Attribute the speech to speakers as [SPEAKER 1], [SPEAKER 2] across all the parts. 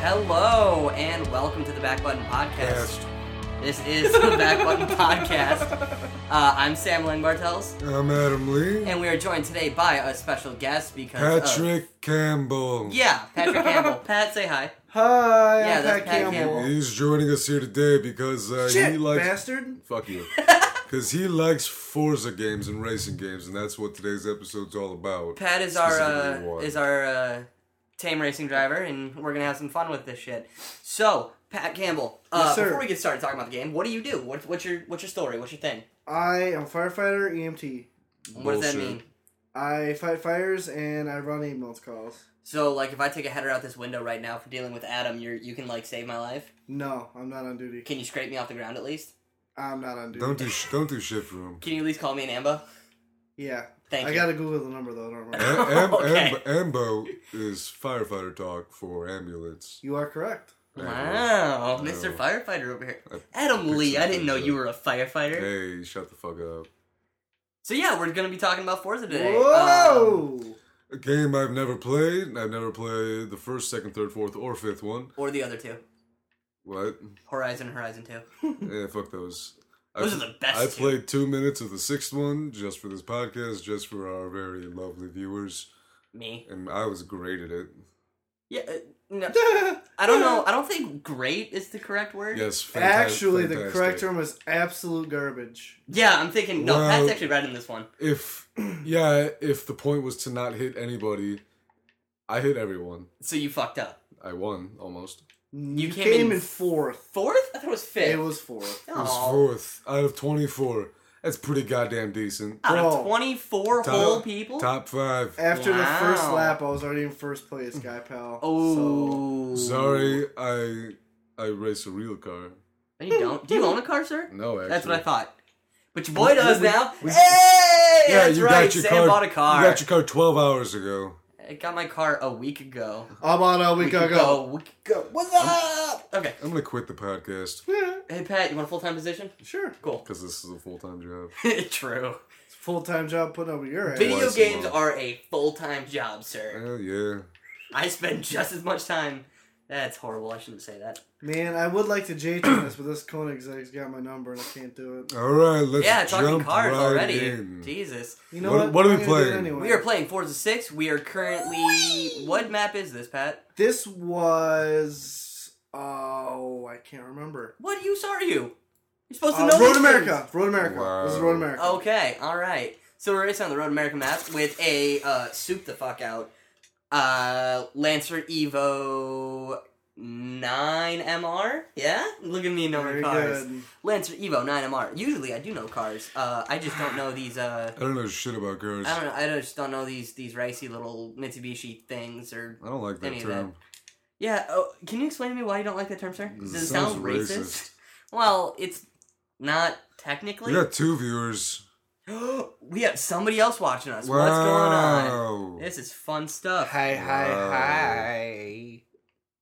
[SPEAKER 1] Hello and welcome to the Back Button Podcast. This is the Back Button Podcast. Uh, I'm Sam Lang Bartels,
[SPEAKER 2] I'm Adam Lee.
[SPEAKER 1] and we are joined today by a special guest because of-
[SPEAKER 2] Patrick Campbell.
[SPEAKER 1] yeah, Patrick Campbell. Pat, say hi.
[SPEAKER 3] Hi,
[SPEAKER 1] Yeah,
[SPEAKER 3] I'm
[SPEAKER 1] that's
[SPEAKER 3] Pat
[SPEAKER 1] Pat
[SPEAKER 3] Campbell.
[SPEAKER 1] Campbell.
[SPEAKER 2] He's joining us here today because uh,
[SPEAKER 3] Shit,
[SPEAKER 2] he likes
[SPEAKER 3] bastard.
[SPEAKER 2] fuck you because he likes Forza games and racing games, and that's what today's episode's all about.
[SPEAKER 1] Pat is our
[SPEAKER 2] Specifically
[SPEAKER 1] uh,
[SPEAKER 2] one.
[SPEAKER 1] is our uh, tame racing driver, and we're gonna have some fun with this shit. So, Pat Campbell, uh,
[SPEAKER 3] Yes, sir.
[SPEAKER 1] before we get started talking about the game, what do you do? What, what's your what's your story? What's your thing?
[SPEAKER 3] I am a firefighter EMT.
[SPEAKER 1] What does that
[SPEAKER 2] Bullshit.
[SPEAKER 1] mean?
[SPEAKER 3] I fight fires and I run ambulance calls.
[SPEAKER 1] So, like, if I take a header out this window right now for dealing with Adam, you're you can like save my life.
[SPEAKER 3] No, I'm not on duty.
[SPEAKER 1] Can you scrape me off the ground at least?
[SPEAKER 3] I'm not on duty.
[SPEAKER 2] Don't do sh- don't do shit for him.
[SPEAKER 1] Can you at least call me an Ambo?
[SPEAKER 3] yeah.
[SPEAKER 1] Thank
[SPEAKER 3] I
[SPEAKER 1] you.
[SPEAKER 3] gotta Google the number though. I don't remember.
[SPEAKER 2] Am- am-
[SPEAKER 1] Okay.
[SPEAKER 2] am- Ambo is firefighter talk for ambulance.
[SPEAKER 3] you are correct.
[SPEAKER 1] Wow, Mr. Firefighter over here. Adam
[SPEAKER 2] picked
[SPEAKER 1] Lee, I
[SPEAKER 2] something
[SPEAKER 1] didn't know
[SPEAKER 2] up.
[SPEAKER 1] you were a firefighter.
[SPEAKER 2] Hey, shut the fuck up.
[SPEAKER 1] So yeah, we're gonna be talking about Forza today. Um,
[SPEAKER 3] Whoa!
[SPEAKER 2] A game I've never played. I've never played the first, second, third, fourth, or fifth one.
[SPEAKER 1] or the other two,
[SPEAKER 2] What?
[SPEAKER 1] Horizon, Horizon Two.
[SPEAKER 2] Yeah, fuck those.
[SPEAKER 1] Those
[SPEAKER 2] I,
[SPEAKER 1] are the best
[SPEAKER 2] I
[SPEAKER 1] two.
[SPEAKER 2] played two minutes of the sixth one just for this podcast, just for our very lovely viewers,
[SPEAKER 1] Me.
[SPEAKER 2] and I was great at it.
[SPEAKER 1] Yeah. Uh, no, I don't know. I don't think "great" is the correct word.
[SPEAKER 2] Yes, fanta-
[SPEAKER 3] Actually, the
[SPEAKER 2] fantastic.
[SPEAKER 3] correct term is absolute garbage.
[SPEAKER 1] Yeah, I'm thinking. No,
[SPEAKER 2] Well-
[SPEAKER 1] Pat's actually right in this one.
[SPEAKER 2] If yeah, if the point was to not hit anybody, I hit everyone.
[SPEAKER 1] So you fucked up.
[SPEAKER 2] I won almost.
[SPEAKER 3] You,
[SPEAKER 1] came
[SPEAKER 3] came,
[SPEAKER 1] in
[SPEAKER 3] in, fourth.
[SPEAKER 1] Fourth? I thought it was fifth.
[SPEAKER 3] It was fourth.
[SPEAKER 2] It was
[SPEAKER 1] Aw.
[SPEAKER 2] fourth out of twenty-four. That's pretty goddamn decent.
[SPEAKER 1] out
[SPEAKER 3] Bro.
[SPEAKER 1] of 24
[SPEAKER 2] Top-
[SPEAKER 1] whole people.
[SPEAKER 2] Top five.
[SPEAKER 3] After the first
[SPEAKER 1] Wow.
[SPEAKER 3] lap, I was already in first place, guy pal. So,
[SPEAKER 1] oh,
[SPEAKER 2] Sorry, I I race a real car.
[SPEAKER 1] No, you don't. Do you own a car, sir?
[SPEAKER 2] No, actually.
[SPEAKER 1] That's what I thought. But your boy does now.
[SPEAKER 2] we-
[SPEAKER 1] hey,
[SPEAKER 2] Yeah,
[SPEAKER 1] that's
[SPEAKER 2] you
[SPEAKER 1] right.
[SPEAKER 2] got your
[SPEAKER 1] Sam
[SPEAKER 2] car.
[SPEAKER 1] bought a car.
[SPEAKER 2] You got your car twelve hours ago.
[SPEAKER 1] I got my car a week ago.
[SPEAKER 3] I'm on uh, a week,
[SPEAKER 1] ago.
[SPEAKER 3] ago.
[SPEAKER 1] A week ago. What's up? Okay.
[SPEAKER 2] I'm gonna quit the podcast
[SPEAKER 3] Yeah,
[SPEAKER 1] Hey Pat, you want a full time position?
[SPEAKER 3] sure.
[SPEAKER 1] Cool.
[SPEAKER 2] because this is a full time job.
[SPEAKER 1] True.
[SPEAKER 3] full time job putting up with your ass.
[SPEAKER 1] Video
[SPEAKER 2] Twice a
[SPEAKER 1] games
[SPEAKER 2] month.
[SPEAKER 1] are a full time job, sir.
[SPEAKER 2] Hell yeah.
[SPEAKER 1] I spend just as much time. That's horrible. I shouldn't say that.
[SPEAKER 3] Man, I would like to J train this, but this Koenigsegg's got my number and I can't do it.
[SPEAKER 2] All right, let's
[SPEAKER 1] yeah, talking
[SPEAKER 2] jump
[SPEAKER 1] cars
[SPEAKER 2] right
[SPEAKER 1] already.
[SPEAKER 2] in.
[SPEAKER 1] Jesus.
[SPEAKER 3] You know
[SPEAKER 2] What-
[SPEAKER 3] what?
[SPEAKER 2] what are
[SPEAKER 3] I'm
[SPEAKER 2] we
[SPEAKER 3] gonna do it
[SPEAKER 2] playing?
[SPEAKER 3] Anyway.
[SPEAKER 1] We are playing Forza 6. We are currently. What map is this, Pat?
[SPEAKER 3] This was. Oh, I can't remember.
[SPEAKER 1] What use are you? You're supposed to
[SPEAKER 3] Uh,
[SPEAKER 1] know
[SPEAKER 3] Road
[SPEAKER 1] these
[SPEAKER 3] America. Road America. This is
[SPEAKER 2] Wow.
[SPEAKER 3] Road America.
[SPEAKER 1] things. Okay, all right. So we're racing on the Road America map with a uh, soup the fuck out uh, Lancer Evo nine MR. Yeah, look at me knowing
[SPEAKER 3] Very
[SPEAKER 1] cars.
[SPEAKER 3] good.
[SPEAKER 1] Lancer Evo nine MR. Usually I do know cars. Uh, I just don't know these. Uh,
[SPEAKER 2] I don't know shit about cars.
[SPEAKER 1] I don't know. I just don't know these these racy little Mitsubishi things or.
[SPEAKER 2] I don't like that
[SPEAKER 1] Any of
[SPEAKER 2] term.
[SPEAKER 1] Yeah, oh, can you explain to me why you don't like that term, sir?
[SPEAKER 2] 'Cause
[SPEAKER 1] Does
[SPEAKER 2] it
[SPEAKER 1] it, sound
[SPEAKER 2] sounds
[SPEAKER 1] racist?
[SPEAKER 2] racist.
[SPEAKER 1] Well, it's not technically.
[SPEAKER 2] We got two viewers.
[SPEAKER 1] we have somebody else watching us.
[SPEAKER 2] Wow.
[SPEAKER 1] What's going on? This is fun stuff.
[SPEAKER 3] Hi, hi,
[SPEAKER 2] Wow.
[SPEAKER 3] hi.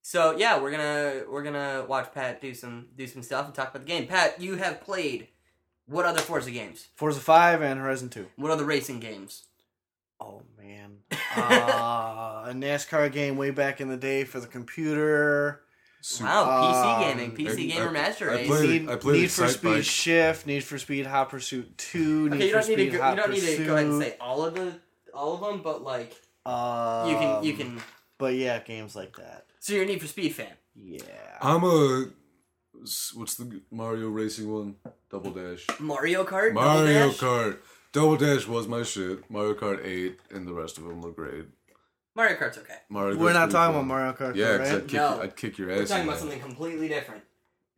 [SPEAKER 1] So yeah, we're gonna we're gonna watch Pat do some do some stuff and talk about the game. Pat, you have played what other Forza games?
[SPEAKER 3] Forza 5 and Horizon 2.
[SPEAKER 1] What other racing games?
[SPEAKER 3] Oh, man. Uh, a NASCAR game way back in the day for the computer.
[SPEAKER 2] Super-
[SPEAKER 1] Wow, PC
[SPEAKER 3] Um,
[SPEAKER 1] gaming, PC
[SPEAKER 2] I-
[SPEAKER 1] Gamer
[SPEAKER 2] I-
[SPEAKER 1] Master
[SPEAKER 2] I
[SPEAKER 1] Race.
[SPEAKER 2] played-
[SPEAKER 3] Need,
[SPEAKER 2] I played
[SPEAKER 3] Need for
[SPEAKER 2] Excitebike.
[SPEAKER 3] Speed Shift, Need for Speed Hot Pursuit 2, Need
[SPEAKER 1] okay, you
[SPEAKER 3] for
[SPEAKER 1] don't need
[SPEAKER 3] Speed
[SPEAKER 1] to go,
[SPEAKER 3] Hot
[SPEAKER 1] you don't need
[SPEAKER 3] Pursuit.
[SPEAKER 1] to go ahead and say all of the all of them, but like
[SPEAKER 3] Um,
[SPEAKER 1] you can you can.
[SPEAKER 3] But yeah, games like that.
[SPEAKER 1] So you're a Need for Speed fan.
[SPEAKER 3] Yeah.
[SPEAKER 2] I'm a. What's the Mario racing one? Double Dash.
[SPEAKER 1] Mario Kart. Double
[SPEAKER 2] Mario
[SPEAKER 1] Dash?
[SPEAKER 2] Kart. Double Dash was my shit. Mario Kart 8 and the rest of them were great.
[SPEAKER 1] Mario Kart's okay.
[SPEAKER 2] Mario
[SPEAKER 3] We're
[SPEAKER 2] Kart's
[SPEAKER 3] not
[SPEAKER 2] pretty
[SPEAKER 3] talking
[SPEAKER 2] fun.
[SPEAKER 3] about Mario Kart,
[SPEAKER 2] Yeah, 'cause
[SPEAKER 3] right?
[SPEAKER 2] I'd, kick
[SPEAKER 1] No.
[SPEAKER 2] your, I'd kick your ass.
[SPEAKER 1] We're talking
[SPEAKER 2] in
[SPEAKER 1] about
[SPEAKER 2] that.
[SPEAKER 1] something completely different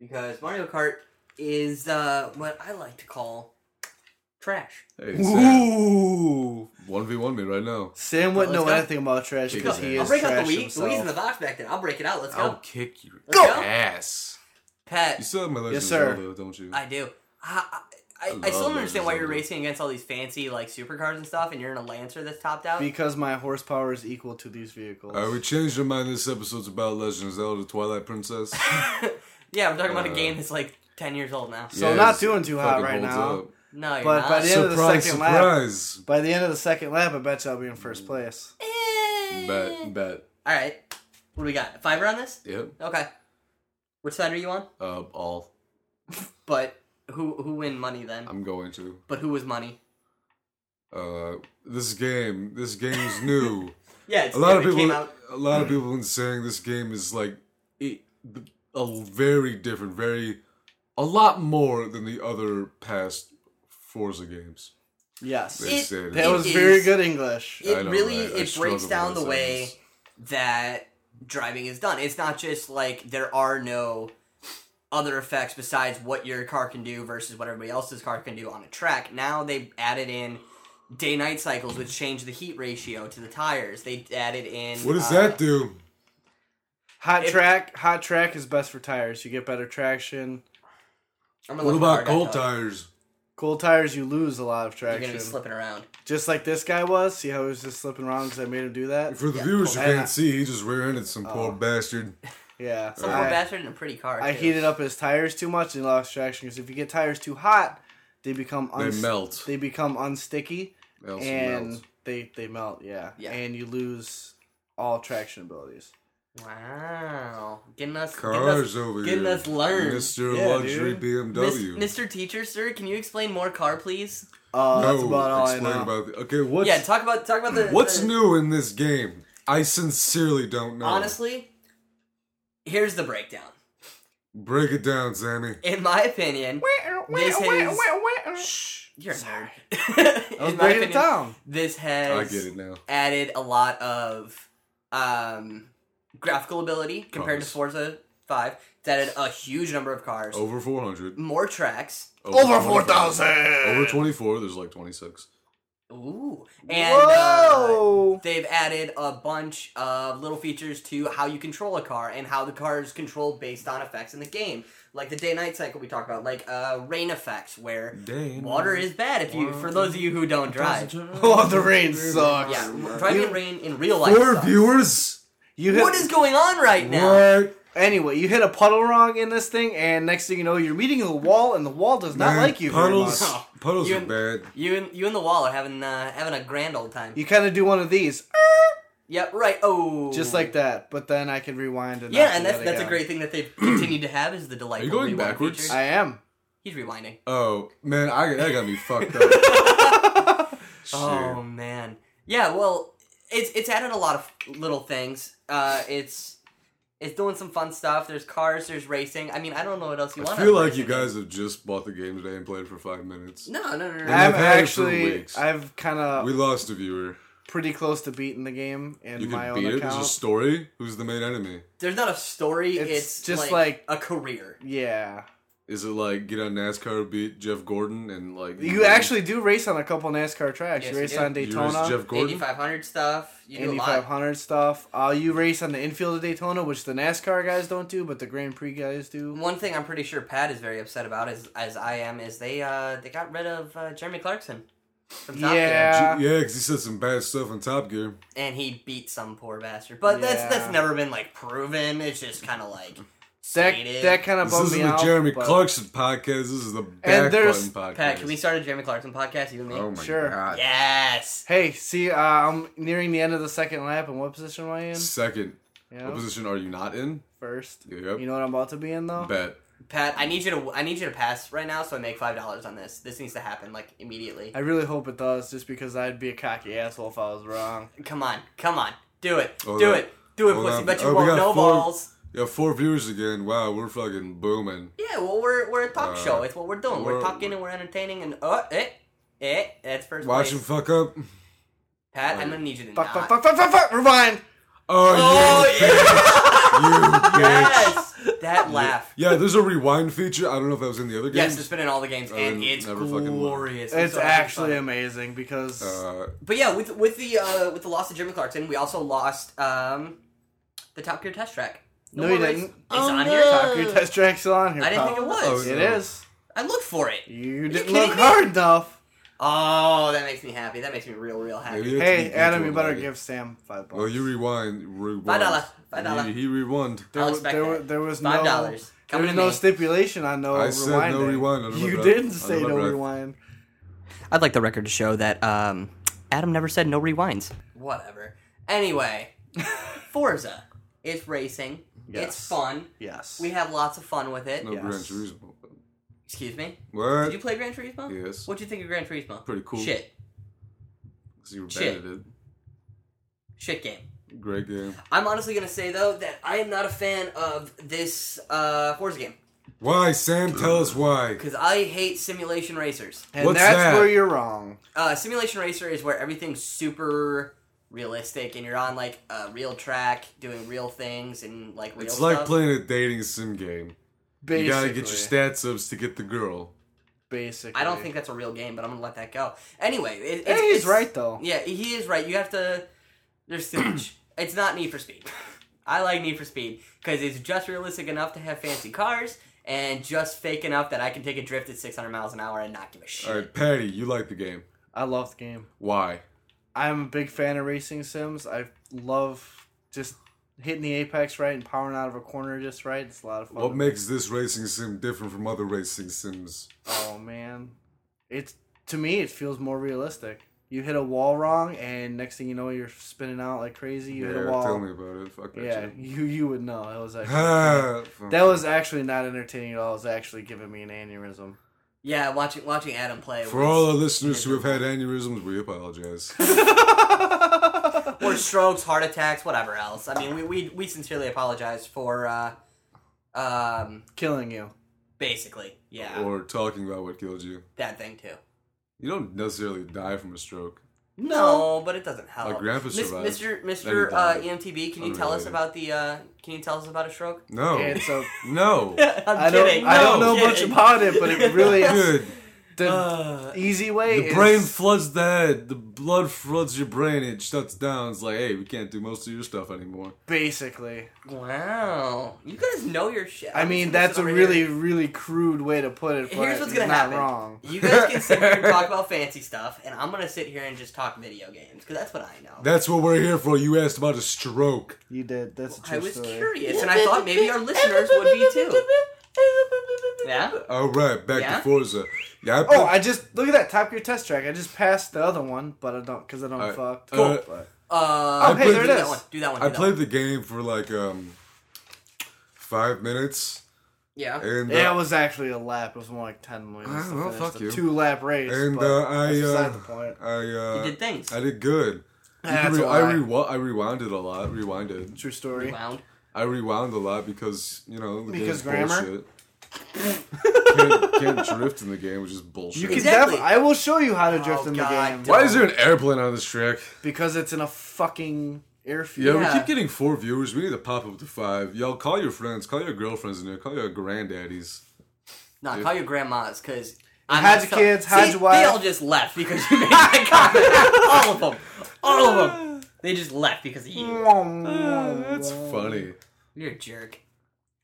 [SPEAKER 1] because Mario Kart is uh, what I like to call trash.
[SPEAKER 2] Hey, Sam,
[SPEAKER 3] Ooh.
[SPEAKER 2] 1v1 me right now.
[SPEAKER 3] Sam wouldn't
[SPEAKER 1] Let's
[SPEAKER 3] know
[SPEAKER 1] go.
[SPEAKER 3] anything about trash
[SPEAKER 2] Kick
[SPEAKER 3] because
[SPEAKER 2] his
[SPEAKER 3] he
[SPEAKER 2] ass.
[SPEAKER 1] I'll
[SPEAKER 3] is
[SPEAKER 1] break out
[SPEAKER 3] trash
[SPEAKER 1] the Wii. The
[SPEAKER 3] himself.
[SPEAKER 1] Wii's in the box back there. I'll break it out. Let's go.
[SPEAKER 2] I'll kick your
[SPEAKER 1] Let's go.
[SPEAKER 2] ass. You
[SPEAKER 1] Pat,
[SPEAKER 2] still have my Legend
[SPEAKER 3] Yes,
[SPEAKER 2] of
[SPEAKER 3] sir.
[SPEAKER 2] Zelda, don't you?
[SPEAKER 1] I do. I, I, I,
[SPEAKER 2] love
[SPEAKER 1] I still don't understand why
[SPEAKER 2] Legend
[SPEAKER 1] you're
[SPEAKER 2] of Zelda.
[SPEAKER 1] racing against all these fancy like supercars and stuff, and you're in a Lancer that's topped out.
[SPEAKER 3] Because my horsepower is equal to these vehicles.
[SPEAKER 2] All right, we changed our mind. This episode's about Legend of Zelda Twilight Princess.
[SPEAKER 1] yeah, we're talking about a
[SPEAKER 2] Uh,
[SPEAKER 1] game that's like ten years old now.
[SPEAKER 3] So not
[SPEAKER 2] it's-
[SPEAKER 3] doing too hot
[SPEAKER 2] fucking
[SPEAKER 3] right
[SPEAKER 2] holds
[SPEAKER 3] now.
[SPEAKER 2] up.
[SPEAKER 1] No, you're
[SPEAKER 3] But
[SPEAKER 1] not.
[SPEAKER 3] by the end of the
[SPEAKER 2] Surprise,
[SPEAKER 3] second lap-
[SPEAKER 2] surprise.
[SPEAKER 3] By the end of the second lap, I bet you I'll be in first place.
[SPEAKER 1] Eh.
[SPEAKER 2] Bet, bet.
[SPEAKER 1] All right. What do we got? Fiber on this?
[SPEAKER 4] Yep.
[SPEAKER 1] Okay. Which side are you on?
[SPEAKER 4] Uh, all.
[SPEAKER 1] But who who win money then?
[SPEAKER 4] I'm going to.
[SPEAKER 1] But who was money?
[SPEAKER 2] Uh, this game, this game's new.
[SPEAKER 1] Yeah, it's
[SPEAKER 2] a lot
[SPEAKER 1] it
[SPEAKER 2] of
[SPEAKER 1] came
[SPEAKER 2] people,
[SPEAKER 1] out.
[SPEAKER 2] a lot of people, have been saying this game is like it, the- a very different, very a lot more than the other past Forza games.
[SPEAKER 3] Yes.
[SPEAKER 2] They
[SPEAKER 1] It-
[SPEAKER 2] said
[SPEAKER 3] that
[SPEAKER 1] it
[SPEAKER 3] was very
[SPEAKER 1] is-
[SPEAKER 3] good English.
[SPEAKER 1] It
[SPEAKER 2] I know,
[SPEAKER 1] really
[SPEAKER 2] right? I
[SPEAKER 1] it breaks
[SPEAKER 2] struggle
[SPEAKER 1] down
[SPEAKER 2] with
[SPEAKER 1] the
[SPEAKER 2] those
[SPEAKER 1] way that driving is done. It's not just like there are no other effects besides what your car can do versus what everybody else's car can do on a track. Now they added in day night cycles which change the heat ratio to the tires. They added in
[SPEAKER 2] What does
[SPEAKER 1] uh,
[SPEAKER 2] that do?
[SPEAKER 3] Hot
[SPEAKER 1] If-
[SPEAKER 3] track, hot track is best for tires. You get better traction.
[SPEAKER 1] I'm gonna
[SPEAKER 2] What
[SPEAKER 1] look
[SPEAKER 2] about
[SPEAKER 1] hard at
[SPEAKER 2] cold
[SPEAKER 1] those.
[SPEAKER 2] tires?
[SPEAKER 3] Cold tires, you lose a lot of
[SPEAKER 1] You're gonna
[SPEAKER 3] traction.
[SPEAKER 1] be slipping around.
[SPEAKER 3] Just like this guy was. See how he was just slipping around because I made him do that.
[SPEAKER 2] For the
[SPEAKER 1] Yeah, Oh.
[SPEAKER 2] viewers who
[SPEAKER 3] cold-
[SPEAKER 2] can't see, he just rear-ended some poor bastard.
[SPEAKER 3] Yeah.
[SPEAKER 1] Some poor
[SPEAKER 3] I,
[SPEAKER 1] bastard in a pretty car.
[SPEAKER 3] I
[SPEAKER 1] too.
[SPEAKER 3] heated up his tires too much and he lost traction because if you get tires too hot, they become
[SPEAKER 4] They
[SPEAKER 3] uns-
[SPEAKER 4] melt.
[SPEAKER 3] They become unsticky
[SPEAKER 4] They also
[SPEAKER 3] and
[SPEAKER 4] melt.
[SPEAKER 3] they they melt. Yeah.
[SPEAKER 1] Yeah.
[SPEAKER 3] And you lose all traction abilities.
[SPEAKER 1] Wow, getting us
[SPEAKER 2] Cars
[SPEAKER 1] getting us,
[SPEAKER 2] over
[SPEAKER 1] getting
[SPEAKER 2] here,
[SPEAKER 1] us learned.
[SPEAKER 2] Mr.
[SPEAKER 3] Yeah,
[SPEAKER 2] Luxury
[SPEAKER 3] dude.
[SPEAKER 1] Mis-
[SPEAKER 2] BMW.
[SPEAKER 1] Mr. Teacher, sir, can you explain more car, please?
[SPEAKER 3] Uh,
[SPEAKER 2] no,
[SPEAKER 3] that's about all I
[SPEAKER 2] explain
[SPEAKER 3] know.
[SPEAKER 2] about the, okay. What's
[SPEAKER 1] yeah, talk about talk about the
[SPEAKER 2] what's
[SPEAKER 1] the-
[SPEAKER 2] new in this game? I sincerely don't know.
[SPEAKER 1] Honestly, here's the breakdown.
[SPEAKER 2] break it down, Sammy.
[SPEAKER 1] In my opinion, this has Shh, you're a nerd. In
[SPEAKER 3] I was
[SPEAKER 1] my
[SPEAKER 3] breaking it
[SPEAKER 1] opinion,
[SPEAKER 3] down.
[SPEAKER 1] This
[SPEAKER 4] I
[SPEAKER 1] has
[SPEAKER 4] get it now.
[SPEAKER 1] added a lot of um, graphical ability compared
[SPEAKER 2] Cars. Oh.
[SPEAKER 1] to Forza Five. It's added a huge number of cars,
[SPEAKER 2] Over four hundred.
[SPEAKER 1] more tracks.
[SPEAKER 4] Over four Over twenty-four. There's like twenty-six.
[SPEAKER 1] Ooh, and uh,
[SPEAKER 3] Whoa!
[SPEAKER 1] They've added a bunch of little features to how you control a car and how the car is controlled based on effects in the game, like the day-night cycle we talked about, like uh, rain effects where
[SPEAKER 2] Day
[SPEAKER 1] water is bad if you. For those of you who don't drive,
[SPEAKER 3] oh, the rain sucks.
[SPEAKER 1] yeah, driving in rain in real life.
[SPEAKER 2] Four
[SPEAKER 1] sucks.
[SPEAKER 2] viewers.
[SPEAKER 3] You hit,
[SPEAKER 1] What is going on right now?
[SPEAKER 2] What?
[SPEAKER 3] anyway, you hit a puddle wrong in this thing, and next thing you know, you're meeting the wall, and the wall does not
[SPEAKER 2] Man,
[SPEAKER 3] like you very
[SPEAKER 2] Puddles,
[SPEAKER 3] much.
[SPEAKER 1] much.
[SPEAKER 2] puddles
[SPEAKER 1] You-
[SPEAKER 2] are bad.
[SPEAKER 1] You and you and the wall are having uh, having a grand old time.
[SPEAKER 3] You kind of do one of these,
[SPEAKER 1] Yep, right. Oh,
[SPEAKER 3] just like that, but then I can rewind and not
[SPEAKER 1] yeah, and
[SPEAKER 3] do
[SPEAKER 1] that's
[SPEAKER 3] that
[SPEAKER 1] that's a
[SPEAKER 3] again.
[SPEAKER 1] great thing that they've continued to have is the delightful.
[SPEAKER 4] going
[SPEAKER 1] rewind
[SPEAKER 4] backwards?
[SPEAKER 1] feature.
[SPEAKER 3] I am.
[SPEAKER 1] He's rewinding.
[SPEAKER 2] Oh man, I that got me fucked up.
[SPEAKER 1] Oh
[SPEAKER 3] Oh,
[SPEAKER 2] Shit.
[SPEAKER 1] man, yeah. Well, it's it's added a lot of little things. Uh, it's it's doing some fun stuff. There's cars. There's racing. I mean, I don't know what else you
[SPEAKER 4] I
[SPEAKER 1] want.
[SPEAKER 4] feel
[SPEAKER 1] out of
[SPEAKER 4] like
[SPEAKER 1] a
[SPEAKER 4] you
[SPEAKER 1] racing
[SPEAKER 4] guys have just bought the game today and played for five minutes.
[SPEAKER 1] game. No, no, no, no.
[SPEAKER 3] I'm
[SPEAKER 2] I've had it for
[SPEAKER 3] actually,
[SPEAKER 4] weeks.
[SPEAKER 3] I've kind
[SPEAKER 2] We
[SPEAKER 3] of
[SPEAKER 2] lost a viewer.
[SPEAKER 3] pretty close to beating the game in
[SPEAKER 4] You
[SPEAKER 3] my
[SPEAKER 4] can
[SPEAKER 3] own
[SPEAKER 4] beat it. There's
[SPEAKER 3] account.
[SPEAKER 4] a story. Who's the main enemy?
[SPEAKER 1] There's not a story. It's,
[SPEAKER 3] It's
[SPEAKER 1] just
[SPEAKER 3] just
[SPEAKER 1] like, a career.
[SPEAKER 3] Yeah,
[SPEAKER 4] Is it like get on NASCAR, beat Jeff Gordon, and like
[SPEAKER 3] you actually do race on a couple NASCAR tracks.
[SPEAKER 1] Yes,
[SPEAKER 3] you
[SPEAKER 1] you
[SPEAKER 3] race
[SPEAKER 1] do.
[SPEAKER 3] on
[SPEAKER 4] You race
[SPEAKER 3] Daytona,
[SPEAKER 4] Jeff Gordon.
[SPEAKER 1] 8500 stuff. You do a
[SPEAKER 3] Indy
[SPEAKER 1] lot.
[SPEAKER 3] 500 stuff. Uh, you race on the infield of Daytona, which the NASCAR guys don't do, but the Grand Prix guys do.
[SPEAKER 1] One thing I'm pretty sure Pat is very upset about, as as I am, is they uh they got rid of uh, Jeremy Clarkson from Top Gear.
[SPEAKER 3] Yeah.
[SPEAKER 2] Yeah, because he said some bad stuff on Top Gear.
[SPEAKER 1] and he beat some poor bastard. But that's that's
[SPEAKER 3] Yeah.
[SPEAKER 1] never been like proven. It's just kind of like
[SPEAKER 3] That
[SPEAKER 1] stated.
[SPEAKER 3] that kind of
[SPEAKER 2] This
[SPEAKER 3] bummed
[SPEAKER 2] isn't
[SPEAKER 3] me
[SPEAKER 2] the
[SPEAKER 3] out.
[SPEAKER 2] Jeremy
[SPEAKER 3] but-
[SPEAKER 2] Clarkson podcast. This is the
[SPEAKER 3] And
[SPEAKER 2] back
[SPEAKER 3] there's-
[SPEAKER 2] button podcast.
[SPEAKER 1] Pat, can we start a Jeremy Clarkson podcast? You and me.
[SPEAKER 2] Oh my
[SPEAKER 3] Sure.
[SPEAKER 2] god.
[SPEAKER 1] Yes.
[SPEAKER 3] Hey, see, uh, I'm nearing the end of the second lap, and what position am I in?
[SPEAKER 4] second. What
[SPEAKER 3] Yeah,
[SPEAKER 4] position are you not in?
[SPEAKER 3] first.
[SPEAKER 4] Yep.
[SPEAKER 3] You know what I'm about to be in though.
[SPEAKER 4] Bet.
[SPEAKER 1] Pat, I need you to I need you to pass right now so I make five dollars on this. This needs to happen like immediately.
[SPEAKER 3] I really hope it does, just because I'd be a cocky asshole if I was wrong.
[SPEAKER 1] Come on, come on, do it,
[SPEAKER 2] Hold
[SPEAKER 1] do
[SPEAKER 2] on.
[SPEAKER 1] it, do it,
[SPEAKER 2] Hold
[SPEAKER 1] pussy.
[SPEAKER 2] on.
[SPEAKER 1] But you
[SPEAKER 2] Oh, we
[SPEAKER 1] won't.
[SPEAKER 2] got
[SPEAKER 1] No
[SPEAKER 2] four-
[SPEAKER 1] balls.
[SPEAKER 2] Yeah, four viewers again. Wow, we're fucking booming.
[SPEAKER 1] Yeah, well, we're we're a talk
[SPEAKER 2] Uh,
[SPEAKER 1] show. It's what we're doing. We're,
[SPEAKER 2] we're-
[SPEAKER 1] talking and we're entertaining and oh, eh, eh. That's first
[SPEAKER 2] Watch him
[SPEAKER 1] place.
[SPEAKER 2] fuck up.
[SPEAKER 1] Pat, I'm gonna need you to
[SPEAKER 3] Fuck,
[SPEAKER 1] not.
[SPEAKER 3] fuck, fuck, fuck, fuck, fuck. Rewind.
[SPEAKER 2] Oh,
[SPEAKER 1] Oh
[SPEAKER 2] you
[SPEAKER 1] yeah,
[SPEAKER 2] bitch. You bitch.
[SPEAKER 1] yes, that laugh.
[SPEAKER 2] Yeah, there's a rewind feature. I don't know if that was in the other games.
[SPEAKER 1] Yes, it's been in all the
[SPEAKER 2] Oh,
[SPEAKER 1] games, and
[SPEAKER 4] n-
[SPEAKER 1] it's
[SPEAKER 4] never fucking won.
[SPEAKER 1] glorious. I'm
[SPEAKER 3] It's
[SPEAKER 1] so happy
[SPEAKER 3] actually
[SPEAKER 1] for it.
[SPEAKER 3] amazing because
[SPEAKER 2] uh,
[SPEAKER 1] But yeah, with with the uh, with the loss of Jeremy Clarkson, we also lost um, the Top Gear test track.
[SPEAKER 3] no,
[SPEAKER 1] more
[SPEAKER 3] you
[SPEAKER 1] race.
[SPEAKER 3] didn't. Oh,
[SPEAKER 1] It's on
[SPEAKER 3] no.
[SPEAKER 1] here. Top
[SPEAKER 3] Your
[SPEAKER 1] Gear test.
[SPEAKER 3] test track's still on here.
[SPEAKER 1] I didn't think
[SPEAKER 3] pal.
[SPEAKER 1] it was.
[SPEAKER 2] Oh,
[SPEAKER 3] It
[SPEAKER 2] No.
[SPEAKER 3] is.
[SPEAKER 1] I looked for it.
[SPEAKER 3] You
[SPEAKER 1] kidding
[SPEAKER 3] didn't look
[SPEAKER 1] me?
[SPEAKER 3] hard enough.
[SPEAKER 1] Oh, that makes me happy. That makes me real, real happy.
[SPEAKER 2] maybe it's
[SPEAKER 3] Hey,
[SPEAKER 2] leaking
[SPEAKER 3] Adam,
[SPEAKER 2] to
[SPEAKER 3] you
[SPEAKER 2] a
[SPEAKER 3] better
[SPEAKER 2] lady.
[SPEAKER 3] give Sam five bucks.
[SPEAKER 2] Well, you rewind. rewind.
[SPEAKER 1] Five dollar, five dollar.
[SPEAKER 2] He, he rewound.
[SPEAKER 3] there,
[SPEAKER 1] I'll
[SPEAKER 3] wa-
[SPEAKER 1] expect
[SPEAKER 3] there,
[SPEAKER 1] that.
[SPEAKER 3] wa- there was
[SPEAKER 1] Five
[SPEAKER 3] no,
[SPEAKER 1] dollars.
[SPEAKER 3] There
[SPEAKER 1] Coming
[SPEAKER 3] was
[SPEAKER 1] to
[SPEAKER 3] no
[SPEAKER 1] me.
[SPEAKER 3] stipulation on no
[SPEAKER 2] I
[SPEAKER 3] rewinding.
[SPEAKER 2] said no rewind. I don't
[SPEAKER 3] You
[SPEAKER 2] remember that.
[SPEAKER 3] didn't
[SPEAKER 2] I
[SPEAKER 3] say no
[SPEAKER 2] remember that.
[SPEAKER 3] rewind.
[SPEAKER 1] I'd like the record to show that um, Adam never said no rewinds. Whatever. Anyway, Forza. It's racing. It's
[SPEAKER 3] Yes.
[SPEAKER 1] fun.
[SPEAKER 3] Yes.
[SPEAKER 1] We have lots of fun with it.
[SPEAKER 2] No
[SPEAKER 3] Yes.
[SPEAKER 2] Gran Turismo.
[SPEAKER 1] Excuse me.
[SPEAKER 2] What?
[SPEAKER 1] Did you play Gran Turismo?
[SPEAKER 2] yes.
[SPEAKER 1] What'd you think of Gran Turismo?
[SPEAKER 2] Pretty cool.
[SPEAKER 1] Shit.
[SPEAKER 2] 'Cause you were bad
[SPEAKER 1] Shit.
[SPEAKER 2] at it.
[SPEAKER 1] Shit game.
[SPEAKER 2] Great game.
[SPEAKER 1] I'm honestly gonna say though that I am not a fan of this uh, Forza game
[SPEAKER 2] Why, Sam? Tell us why.
[SPEAKER 1] because I hate simulation racers.
[SPEAKER 3] and
[SPEAKER 2] What's
[SPEAKER 3] that's
[SPEAKER 2] that?
[SPEAKER 3] where you're wrong.
[SPEAKER 1] Uh, simulation racer is where everything's super realistic and you're on like a real track doing real things and like real
[SPEAKER 2] It's
[SPEAKER 1] stuff.
[SPEAKER 2] like playing a dating sim game.
[SPEAKER 3] Basically,
[SPEAKER 2] You gotta get your stats ups to get the girl.
[SPEAKER 3] Basically,
[SPEAKER 1] I don't think that's a real game, but I'm gonna let that go. Anyway, it,
[SPEAKER 3] Hey,
[SPEAKER 1] it's,
[SPEAKER 3] he's
[SPEAKER 1] it's-
[SPEAKER 3] right though.
[SPEAKER 1] Yeah, he is right. You have to. There's too much. it's not Need for Speed. I like Need for Speed because it's just realistic enough to have fancy cars and just fake enough that I can take a drift at 600 miles an hour and not give a shit.
[SPEAKER 2] Alright, Patty, you like the game.
[SPEAKER 3] I love the game.
[SPEAKER 2] Why?
[SPEAKER 3] I'm a big fan of racing sims. I love just hitting the apex right and powering out of a corner just right. It's a lot of fun.
[SPEAKER 2] What makes this racing sim different from other racing sims?
[SPEAKER 3] Oh man, it's to me it feels more realistic. You hit a wall wrong, and next thing you know, you're spinning out like crazy. You hit a wall.
[SPEAKER 2] tell me about it. Fuck that
[SPEAKER 3] yeah,
[SPEAKER 2] shit.
[SPEAKER 3] you you would know. It was actually,
[SPEAKER 2] Ah, fuck.
[SPEAKER 3] that was actually not entertaining at all. It was actually giving me an aneurysm.
[SPEAKER 1] Yeah, watching watching Adam play.
[SPEAKER 2] For all the listeners who have had aneurysms, we apologize.
[SPEAKER 1] or strokes, heart attacks, whatever else. I mean, we we, we sincerely apologize for, uh, um,
[SPEAKER 3] Killing you.
[SPEAKER 1] basically, yeah,
[SPEAKER 2] or talking about what killed you.
[SPEAKER 1] that thing too.
[SPEAKER 2] You don't necessarily die from a stroke.
[SPEAKER 1] No, but it doesn't help.
[SPEAKER 2] My grandpa survived.
[SPEAKER 1] Mr.
[SPEAKER 2] Then he
[SPEAKER 1] Mr. Uh,
[SPEAKER 2] died.
[SPEAKER 1] EMTB, can you tell us
[SPEAKER 2] Unrelated.
[SPEAKER 1] about the? Uh, can you tell us about a stroke?
[SPEAKER 2] No.
[SPEAKER 3] It's a.
[SPEAKER 2] no.
[SPEAKER 1] I'm
[SPEAKER 3] I don't.
[SPEAKER 1] kidding.
[SPEAKER 3] I don't
[SPEAKER 1] No,
[SPEAKER 3] know much
[SPEAKER 1] kidding.
[SPEAKER 3] about it, but it really is
[SPEAKER 2] Good.
[SPEAKER 3] the
[SPEAKER 1] Uh,
[SPEAKER 3] easy way.
[SPEAKER 2] The
[SPEAKER 3] is-
[SPEAKER 2] brain floods the head. The blood floods your brain. It shuts down. It's like, hey, we can't do most of your stuff anymore.
[SPEAKER 3] basically.
[SPEAKER 1] wow, you guys know your shit.
[SPEAKER 3] I
[SPEAKER 1] I'm
[SPEAKER 3] mean,
[SPEAKER 1] just
[SPEAKER 3] that's a
[SPEAKER 1] gonna sit over
[SPEAKER 3] really,
[SPEAKER 1] here.
[SPEAKER 3] really crude way to put it. But
[SPEAKER 1] Here's what's gonna
[SPEAKER 3] it's not
[SPEAKER 1] happen.
[SPEAKER 3] Wrong.
[SPEAKER 1] You guys can sit here and talk about fancy stuff, and I'm gonna sit here and just talk video games because that's what I know.
[SPEAKER 2] That's what we're here for. You asked about a stroke.
[SPEAKER 3] You did. That's a true
[SPEAKER 1] I was
[SPEAKER 3] story.
[SPEAKER 1] curious, and I thought maybe our listeners would be too. Yeah.
[SPEAKER 2] All right, back
[SPEAKER 1] Yeah?
[SPEAKER 2] to Forza. Yeah, I
[SPEAKER 3] Oh,
[SPEAKER 2] played,
[SPEAKER 3] I just look at that Top Gear test track. I just passed the other one, but I don't because I don't
[SPEAKER 2] Alright,
[SPEAKER 3] fuck.
[SPEAKER 2] cool. uh,
[SPEAKER 3] but-
[SPEAKER 1] Uh,
[SPEAKER 2] Oh, hey, there
[SPEAKER 1] do
[SPEAKER 2] it
[SPEAKER 1] that
[SPEAKER 3] is.
[SPEAKER 1] one. Do that one.
[SPEAKER 2] I
[SPEAKER 1] do that
[SPEAKER 2] played
[SPEAKER 1] one.
[SPEAKER 2] the game for like um five minutes,
[SPEAKER 1] Yeah.
[SPEAKER 2] and uh,
[SPEAKER 3] yeah, it was actually a lap. It was more like ten minutes.
[SPEAKER 2] I
[SPEAKER 3] to
[SPEAKER 2] don't know,
[SPEAKER 3] finish
[SPEAKER 2] fuck
[SPEAKER 3] the
[SPEAKER 2] you.
[SPEAKER 3] Two lap race.
[SPEAKER 2] and
[SPEAKER 3] but
[SPEAKER 2] uh, I
[SPEAKER 3] that's beside
[SPEAKER 2] uh,
[SPEAKER 3] the point.
[SPEAKER 2] I uh,
[SPEAKER 1] you did things.
[SPEAKER 2] I did good. You can
[SPEAKER 3] That's
[SPEAKER 2] re-
[SPEAKER 3] a
[SPEAKER 2] I
[SPEAKER 3] lie.
[SPEAKER 2] rewound. I rewound it a lot. Rewinded.
[SPEAKER 3] True story.
[SPEAKER 1] Round.
[SPEAKER 2] I rewound a lot because you know the game's
[SPEAKER 3] Because grammar?
[SPEAKER 2] bullshit. can't, can't drift in the game, which is bullshit.
[SPEAKER 3] You can
[SPEAKER 1] Exactly.
[SPEAKER 3] definitely. I will show you how to
[SPEAKER 1] Oh,
[SPEAKER 3] drift in the
[SPEAKER 1] God
[SPEAKER 3] game.
[SPEAKER 1] damn.
[SPEAKER 2] Why is there an airplane on this track?
[SPEAKER 3] Because it's in a fucking
[SPEAKER 2] Yeah,
[SPEAKER 3] airfield.
[SPEAKER 1] Yeah.
[SPEAKER 2] we keep getting four viewers. We need to pop up to five. Y'all call your friends, call your girlfriends in there, call your granddaddies.
[SPEAKER 1] No, call your grandmas because I
[SPEAKER 3] hide your kids, hide your
[SPEAKER 1] They
[SPEAKER 3] wife.
[SPEAKER 1] all just left because you made that comment. all of them, all of them. They just left because of
[SPEAKER 3] Mm.
[SPEAKER 1] you.
[SPEAKER 2] That's funny.
[SPEAKER 1] You're a jerk.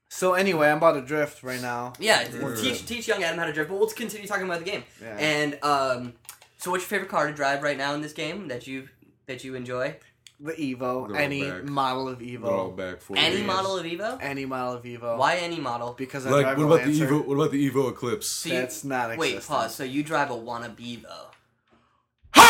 [SPEAKER 3] So anyway, I'm about to drift right now.
[SPEAKER 1] Yeah, teach teach young Adam how to drive. But let's continue talking about the game.
[SPEAKER 3] Yeah.
[SPEAKER 1] And um, so what's your favorite car to drive right now in this game that you that you enjoy?
[SPEAKER 3] The Evo,
[SPEAKER 2] They're all
[SPEAKER 3] any
[SPEAKER 2] back.
[SPEAKER 3] model of
[SPEAKER 2] They're all
[SPEAKER 3] Evo,
[SPEAKER 2] back for
[SPEAKER 1] Any
[SPEAKER 2] you.
[SPEAKER 1] model of Evo?
[SPEAKER 3] any model of Evo.
[SPEAKER 1] Why any model?
[SPEAKER 3] Because I
[SPEAKER 2] Like,
[SPEAKER 3] drive
[SPEAKER 2] what
[SPEAKER 3] a
[SPEAKER 2] about the
[SPEAKER 3] Lancer.
[SPEAKER 2] Evo? What about the Evo Eclipse?
[SPEAKER 1] So you-
[SPEAKER 3] That's not
[SPEAKER 1] Wait,
[SPEAKER 3] existent.
[SPEAKER 1] pause. So you drive a wannabe Evo.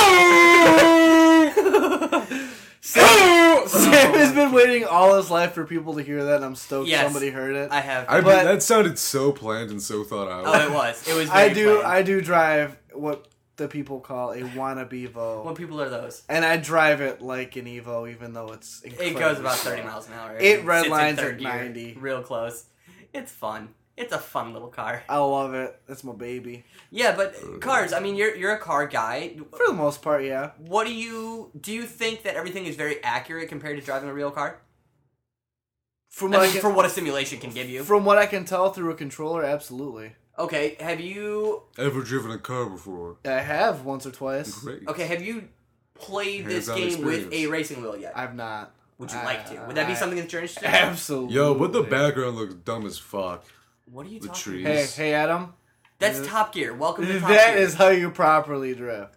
[SPEAKER 3] Sam, Sam has been waiting all his life for people to hear that. and I'm stoked
[SPEAKER 1] Yes.
[SPEAKER 3] somebody heard it.
[SPEAKER 1] I
[SPEAKER 3] I,
[SPEAKER 1] have.
[SPEAKER 2] I mean,
[SPEAKER 3] But-
[SPEAKER 2] that sounded so planned and so thought out.
[SPEAKER 1] oh, it was. It was. very
[SPEAKER 3] do.
[SPEAKER 1] planned.
[SPEAKER 3] I do drive what the people call a wannabe Evo,
[SPEAKER 1] What people are those?
[SPEAKER 3] and I drive it like an Evo, even though it's
[SPEAKER 1] It
[SPEAKER 3] incredibly
[SPEAKER 1] goes about
[SPEAKER 3] slow.
[SPEAKER 1] 30 miles an hour.
[SPEAKER 3] It
[SPEAKER 1] Sits
[SPEAKER 3] redlines
[SPEAKER 1] in third
[SPEAKER 3] at
[SPEAKER 1] gear,
[SPEAKER 3] 90.
[SPEAKER 1] Real close. It's fun. It's a fun little car.
[SPEAKER 3] I love it. That's my baby.
[SPEAKER 1] Yeah,
[SPEAKER 3] Uh.
[SPEAKER 1] but cars, I mean, you're you're a car guy.
[SPEAKER 3] For the most part, yeah.
[SPEAKER 1] What do you do you think that everything is very accurate compared to driving a real car?
[SPEAKER 3] From
[SPEAKER 1] I
[SPEAKER 3] what I,
[SPEAKER 1] mean,
[SPEAKER 3] can,
[SPEAKER 1] for what a simulation can give you.
[SPEAKER 3] from what I can tell through a controller, absolutely.
[SPEAKER 1] Okay, have you
[SPEAKER 2] Ever driven a car before?
[SPEAKER 3] I have once or twice.
[SPEAKER 2] Great.
[SPEAKER 1] Okay, have you played this
[SPEAKER 2] Hands-on
[SPEAKER 1] game with a
[SPEAKER 2] experience.
[SPEAKER 1] racing wheel yet?
[SPEAKER 3] I've not.
[SPEAKER 1] Would you
[SPEAKER 3] I-
[SPEAKER 1] like to? Would that be
[SPEAKER 3] I-
[SPEAKER 1] something that you're interested in?
[SPEAKER 3] Absolutely.
[SPEAKER 2] Yo, but the background looks dumb as fuck.
[SPEAKER 1] What are you
[SPEAKER 2] The
[SPEAKER 1] talking
[SPEAKER 2] trees.
[SPEAKER 1] about?
[SPEAKER 3] Hey, hey, Adam.
[SPEAKER 1] That's Top Gear. Welcome to Top
[SPEAKER 3] That
[SPEAKER 1] Gear.
[SPEAKER 3] is how you properly drift.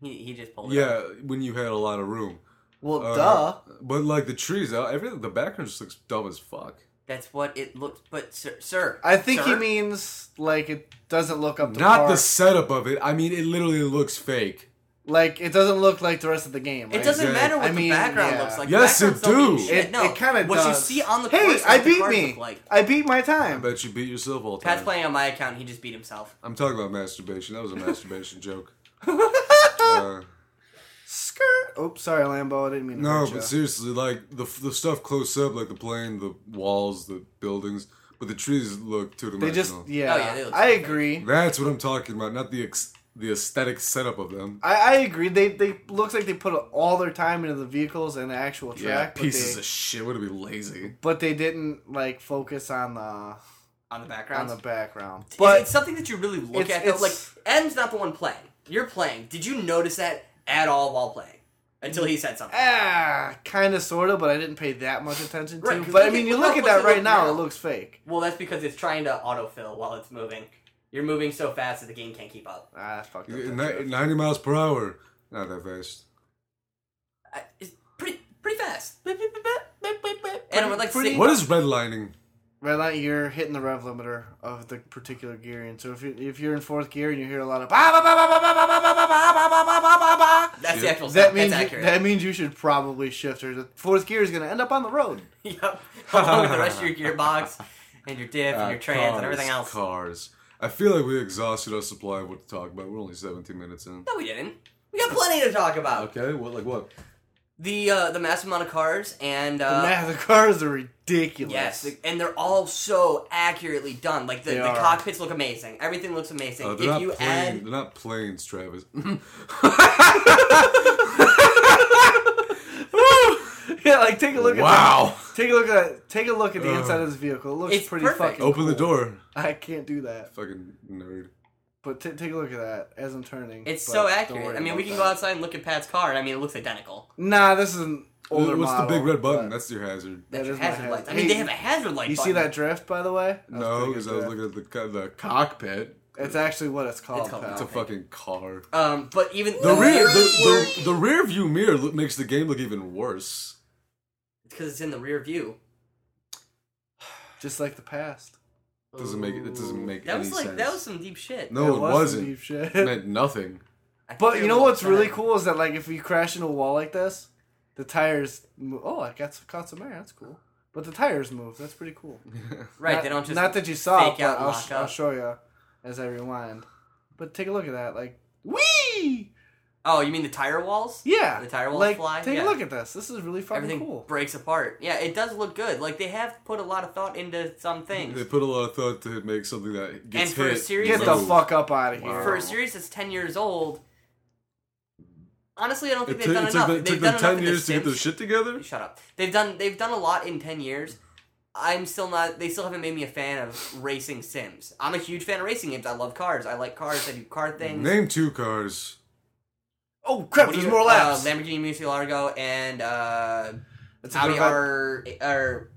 [SPEAKER 1] he, he just pulled it up.
[SPEAKER 2] Yeah, when you had a lot of room.
[SPEAKER 3] Well,
[SPEAKER 2] Uh,
[SPEAKER 3] duh.
[SPEAKER 2] But like the trees, uh, everything. The background just looks dumb as fuck.
[SPEAKER 1] That's what it looks. But, sir. sir
[SPEAKER 3] I think he
[SPEAKER 1] sir,
[SPEAKER 3] means like it doesn't look up to
[SPEAKER 2] Not
[SPEAKER 3] par.
[SPEAKER 2] the setup of it. I mean, it literally looks fake.
[SPEAKER 3] Like it doesn't look like the rest of the game.
[SPEAKER 1] It
[SPEAKER 3] right?
[SPEAKER 1] doesn't
[SPEAKER 2] Exactly.
[SPEAKER 1] matter what the
[SPEAKER 3] I mean,
[SPEAKER 1] background
[SPEAKER 3] yeah.
[SPEAKER 1] looks like.
[SPEAKER 2] Yes,
[SPEAKER 1] The backgrounds
[SPEAKER 2] it
[SPEAKER 1] don't mean
[SPEAKER 2] do.
[SPEAKER 1] shit,
[SPEAKER 3] It-
[SPEAKER 1] no,
[SPEAKER 3] it kinda
[SPEAKER 1] what you
[SPEAKER 3] does.
[SPEAKER 1] see on the
[SPEAKER 3] Hey,
[SPEAKER 1] course.
[SPEAKER 3] I
[SPEAKER 1] what the
[SPEAKER 3] beat
[SPEAKER 1] cards
[SPEAKER 3] me.
[SPEAKER 1] look Like.
[SPEAKER 3] I beat my
[SPEAKER 2] I
[SPEAKER 3] time.
[SPEAKER 2] bet you beat yourself all
[SPEAKER 1] Pat's
[SPEAKER 2] time.
[SPEAKER 1] playing on my account. He just beat himself.
[SPEAKER 2] I'm talking about masturbation. That was a masturbation joke. Uh,
[SPEAKER 3] Skirt. Oops, sorry, Lambo. I didn't mean to.
[SPEAKER 2] no,
[SPEAKER 3] hurt ya.
[SPEAKER 2] but seriously, like the the stuff close up, like the plane, the walls, the buildings, but the trees look two
[SPEAKER 3] they just
[SPEAKER 2] dimensional.
[SPEAKER 3] yeah.
[SPEAKER 1] Oh, yeah, they look
[SPEAKER 3] I
[SPEAKER 1] fake.
[SPEAKER 3] agree.
[SPEAKER 2] That's what I'm talking about, not the ex- the aesthetic setup of them.
[SPEAKER 3] I, I agree. They they looks like they put all their time into the vehicles and the actual track.
[SPEAKER 2] Yeah,
[SPEAKER 3] but
[SPEAKER 2] pieces
[SPEAKER 3] they,
[SPEAKER 2] of shit. Would it be lazy?
[SPEAKER 3] But they didn't like focus on the
[SPEAKER 1] On the
[SPEAKER 3] on
[SPEAKER 1] background.
[SPEAKER 3] the background.
[SPEAKER 1] but
[SPEAKER 3] But
[SPEAKER 1] it's something that you really look
[SPEAKER 3] It's-
[SPEAKER 1] at. Though. Like
[SPEAKER 3] it's-
[SPEAKER 1] M's not the one playing. You're playing. Did you notice that at all while playing? Until he said something.
[SPEAKER 3] ah, kind of sort of, but I didn't pay that much attention to.
[SPEAKER 1] Right, 'cause
[SPEAKER 3] but I
[SPEAKER 1] look
[SPEAKER 3] mean,
[SPEAKER 1] at-
[SPEAKER 3] you
[SPEAKER 1] look
[SPEAKER 3] look
[SPEAKER 1] how
[SPEAKER 3] at
[SPEAKER 1] close
[SPEAKER 3] that
[SPEAKER 1] they
[SPEAKER 3] right
[SPEAKER 1] look
[SPEAKER 3] now,
[SPEAKER 1] now.
[SPEAKER 3] it looks fake.
[SPEAKER 1] Well, that's because it's trying to autofill while it's moving. You're moving so fast that the game can't keep up.
[SPEAKER 3] Ah, that's fucked up.
[SPEAKER 2] Ni-
[SPEAKER 3] That's rough.
[SPEAKER 2] Ninety miles per hour. Not that fast.
[SPEAKER 1] I- It's pretty pretty fast. Beep, beep, beep, beep, beep, beep. And we're like
[SPEAKER 3] pretty-
[SPEAKER 1] six-
[SPEAKER 2] What is redlining?
[SPEAKER 3] Red light, you're hitting the rev limiter of the particular gear, and so if you if you're in fourth gear and you hear a lot of bah, bah, bah, bah, bah, bah, bah, bah, bah, bah, bah, bah, bah, bah, bah, bah, bah,
[SPEAKER 1] That's the
[SPEAKER 2] Yeah.
[SPEAKER 1] actual.
[SPEAKER 3] that
[SPEAKER 1] That
[SPEAKER 3] means
[SPEAKER 1] that's
[SPEAKER 3] you,
[SPEAKER 1] accurate.
[SPEAKER 3] that means you should probably shift, or the fourth gear is going to end up on the road.
[SPEAKER 1] yep. Along with the rest of your gearbox and your diff and
[SPEAKER 2] Uh,
[SPEAKER 1] your trans and everything else.
[SPEAKER 2] Cars. I feel like we exhausted our supply of what to talk about. We're only 17 minutes in.
[SPEAKER 1] No, we didn't. We got plenty to talk about.
[SPEAKER 2] Okay, what like what?
[SPEAKER 1] The uh, the massive amount of cars and
[SPEAKER 3] The
[SPEAKER 1] uh,
[SPEAKER 3] ma- the cars are ridiculous.
[SPEAKER 1] yes, the- and they're all so accurately done. Like the,
[SPEAKER 3] They
[SPEAKER 1] the
[SPEAKER 3] are. Oh,
[SPEAKER 1] cockpits look amazing. Everything looks amazing.
[SPEAKER 2] Uh, they're
[SPEAKER 1] if
[SPEAKER 2] not
[SPEAKER 1] you
[SPEAKER 2] planes.
[SPEAKER 1] add
[SPEAKER 2] They're not planes, Travis.
[SPEAKER 3] yeah, like take a look.
[SPEAKER 2] wow.
[SPEAKER 3] At the, take a look at take a look at the
[SPEAKER 2] Ugh.
[SPEAKER 3] inside of this vehicle. It looks
[SPEAKER 1] It's
[SPEAKER 3] pretty
[SPEAKER 1] perfect.
[SPEAKER 3] fucking.
[SPEAKER 2] Open the
[SPEAKER 3] cool.
[SPEAKER 2] door.
[SPEAKER 3] I can't do that,
[SPEAKER 2] Fucking nerd.
[SPEAKER 3] but t- take a look at that as I'm turning.
[SPEAKER 1] it's
[SPEAKER 3] but
[SPEAKER 1] so
[SPEAKER 3] don't
[SPEAKER 1] accurate.
[SPEAKER 3] worry
[SPEAKER 1] I mean, we
[SPEAKER 3] about
[SPEAKER 1] can
[SPEAKER 3] that.
[SPEAKER 1] go outside and look at Pat's car, and I mean, it looks identical.
[SPEAKER 3] Nah, this is an older
[SPEAKER 2] What's
[SPEAKER 3] model,
[SPEAKER 2] the big red button?
[SPEAKER 3] but-
[SPEAKER 2] That's your hazard.
[SPEAKER 3] That
[SPEAKER 1] That's your
[SPEAKER 3] is my
[SPEAKER 1] hazard
[SPEAKER 3] hazard.
[SPEAKER 1] lights. I mean,
[SPEAKER 3] Hey,
[SPEAKER 1] they have a hazard light.
[SPEAKER 3] You see
[SPEAKER 1] button.
[SPEAKER 3] that drift, by the way? That was a
[SPEAKER 2] no,
[SPEAKER 3] pretty
[SPEAKER 2] because
[SPEAKER 3] good
[SPEAKER 2] I was
[SPEAKER 3] drift.
[SPEAKER 2] looking at the co- the cockpit.
[SPEAKER 3] It's actually what it's called.
[SPEAKER 1] It's called-
[SPEAKER 3] pal.
[SPEAKER 2] It's a
[SPEAKER 1] Okay.
[SPEAKER 2] fucking car.
[SPEAKER 1] Um, but even
[SPEAKER 2] The rear,
[SPEAKER 1] mirrors
[SPEAKER 2] the,
[SPEAKER 1] work
[SPEAKER 2] the, the rear view mirror lo- makes the game look even worse.
[SPEAKER 1] because it's in the rear view.
[SPEAKER 3] Just like the past.
[SPEAKER 2] Doesn't make it. It doesn't make
[SPEAKER 1] That
[SPEAKER 2] any
[SPEAKER 1] was like
[SPEAKER 2] sense.
[SPEAKER 1] that was some deep shit.
[SPEAKER 2] no, it,
[SPEAKER 3] was some
[SPEAKER 2] wasn't.
[SPEAKER 3] deep shit.
[SPEAKER 2] It meant nothing.
[SPEAKER 1] I think
[SPEAKER 3] But
[SPEAKER 1] they
[SPEAKER 3] you
[SPEAKER 1] were
[SPEAKER 3] know what's really
[SPEAKER 1] upset.
[SPEAKER 3] cool is that like if you crash into a wall like this, the tires. Mo- oh, I got some, caught some air. That's cool. But the tires move. That's pretty cool.
[SPEAKER 1] Right,
[SPEAKER 3] Not,
[SPEAKER 1] they don't just
[SPEAKER 3] Not that you saw, it,
[SPEAKER 1] fake out
[SPEAKER 3] but I'll,
[SPEAKER 1] lock
[SPEAKER 3] sh- I'll
[SPEAKER 1] up.
[SPEAKER 3] show you as I rewind. But take a look at that. Like, wee.
[SPEAKER 1] Oh, you mean the tire walls?
[SPEAKER 3] Yeah.
[SPEAKER 1] The tire walls
[SPEAKER 3] like,
[SPEAKER 1] fly?
[SPEAKER 3] Take
[SPEAKER 1] Yeah.
[SPEAKER 3] a look at this. This is really fucking
[SPEAKER 1] Everything
[SPEAKER 3] cool.
[SPEAKER 1] breaks apart. Yeah, it does look good. Like they have put a lot of thought into some
[SPEAKER 2] They
[SPEAKER 1] things.
[SPEAKER 2] put a lot of thought to make something that gets
[SPEAKER 1] And for a
[SPEAKER 2] hit.
[SPEAKER 1] series
[SPEAKER 3] Get
[SPEAKER 1] of-
[SPEAKER 3] the
[SPEAKER 1] No.
[SPEAKER 2] move.
[SPEAKER 3] fuck up out of here.
[SPEAKER 1] For
[SPEAKER 2] Um,
[SPEAKER 1] a series that's ten years old, honestly, I don't think
[SPEAKER 2] It,
[SPEAKER 1] they've
[SPEAKER 2] took-
[SPEAKER 1] done
[SPEAKER 2] it
[SPEAKER 1] enough.
[SPEAKER 2] took, them- it
[SPEAKER 1] they've
[SPEAKER 2] took
[SPEAKER 1] done
[SPEAKER 2] them
[SPEAKER 1] enough
[SPEAKER 2] ten
[SPEAKER 1] in
[SPEAKER 2] years
[SPEAKER 1] the
[SPEAKER 2] to get their
[SPEAKER 1] Sims-
[SPEAKER 2] shit together.
[SPEAKER 1] Shut up. They've done. They've done a lot in ten years. I'm still not. They still haven't made me a fan of racing sims. I'm a huge fan of racing games. I love cars. I like cars. I do car things.
[SPEAKER 2] Name two cars.
[SPEAKER 3] Oh crap!
[SPEAKER 1] What do
[SPEAKER 3] There's
[SPEAKER 1] you-
[SPEAKER 3] more laps.
[SPEAKER 1] Uh, Lamborghini Musi Largo and uh,
[SPEAKER 3] It's a
[SPEAKER 1] Audi
[SPEAKER 3] Corvette.
[SPEAKER 1] R or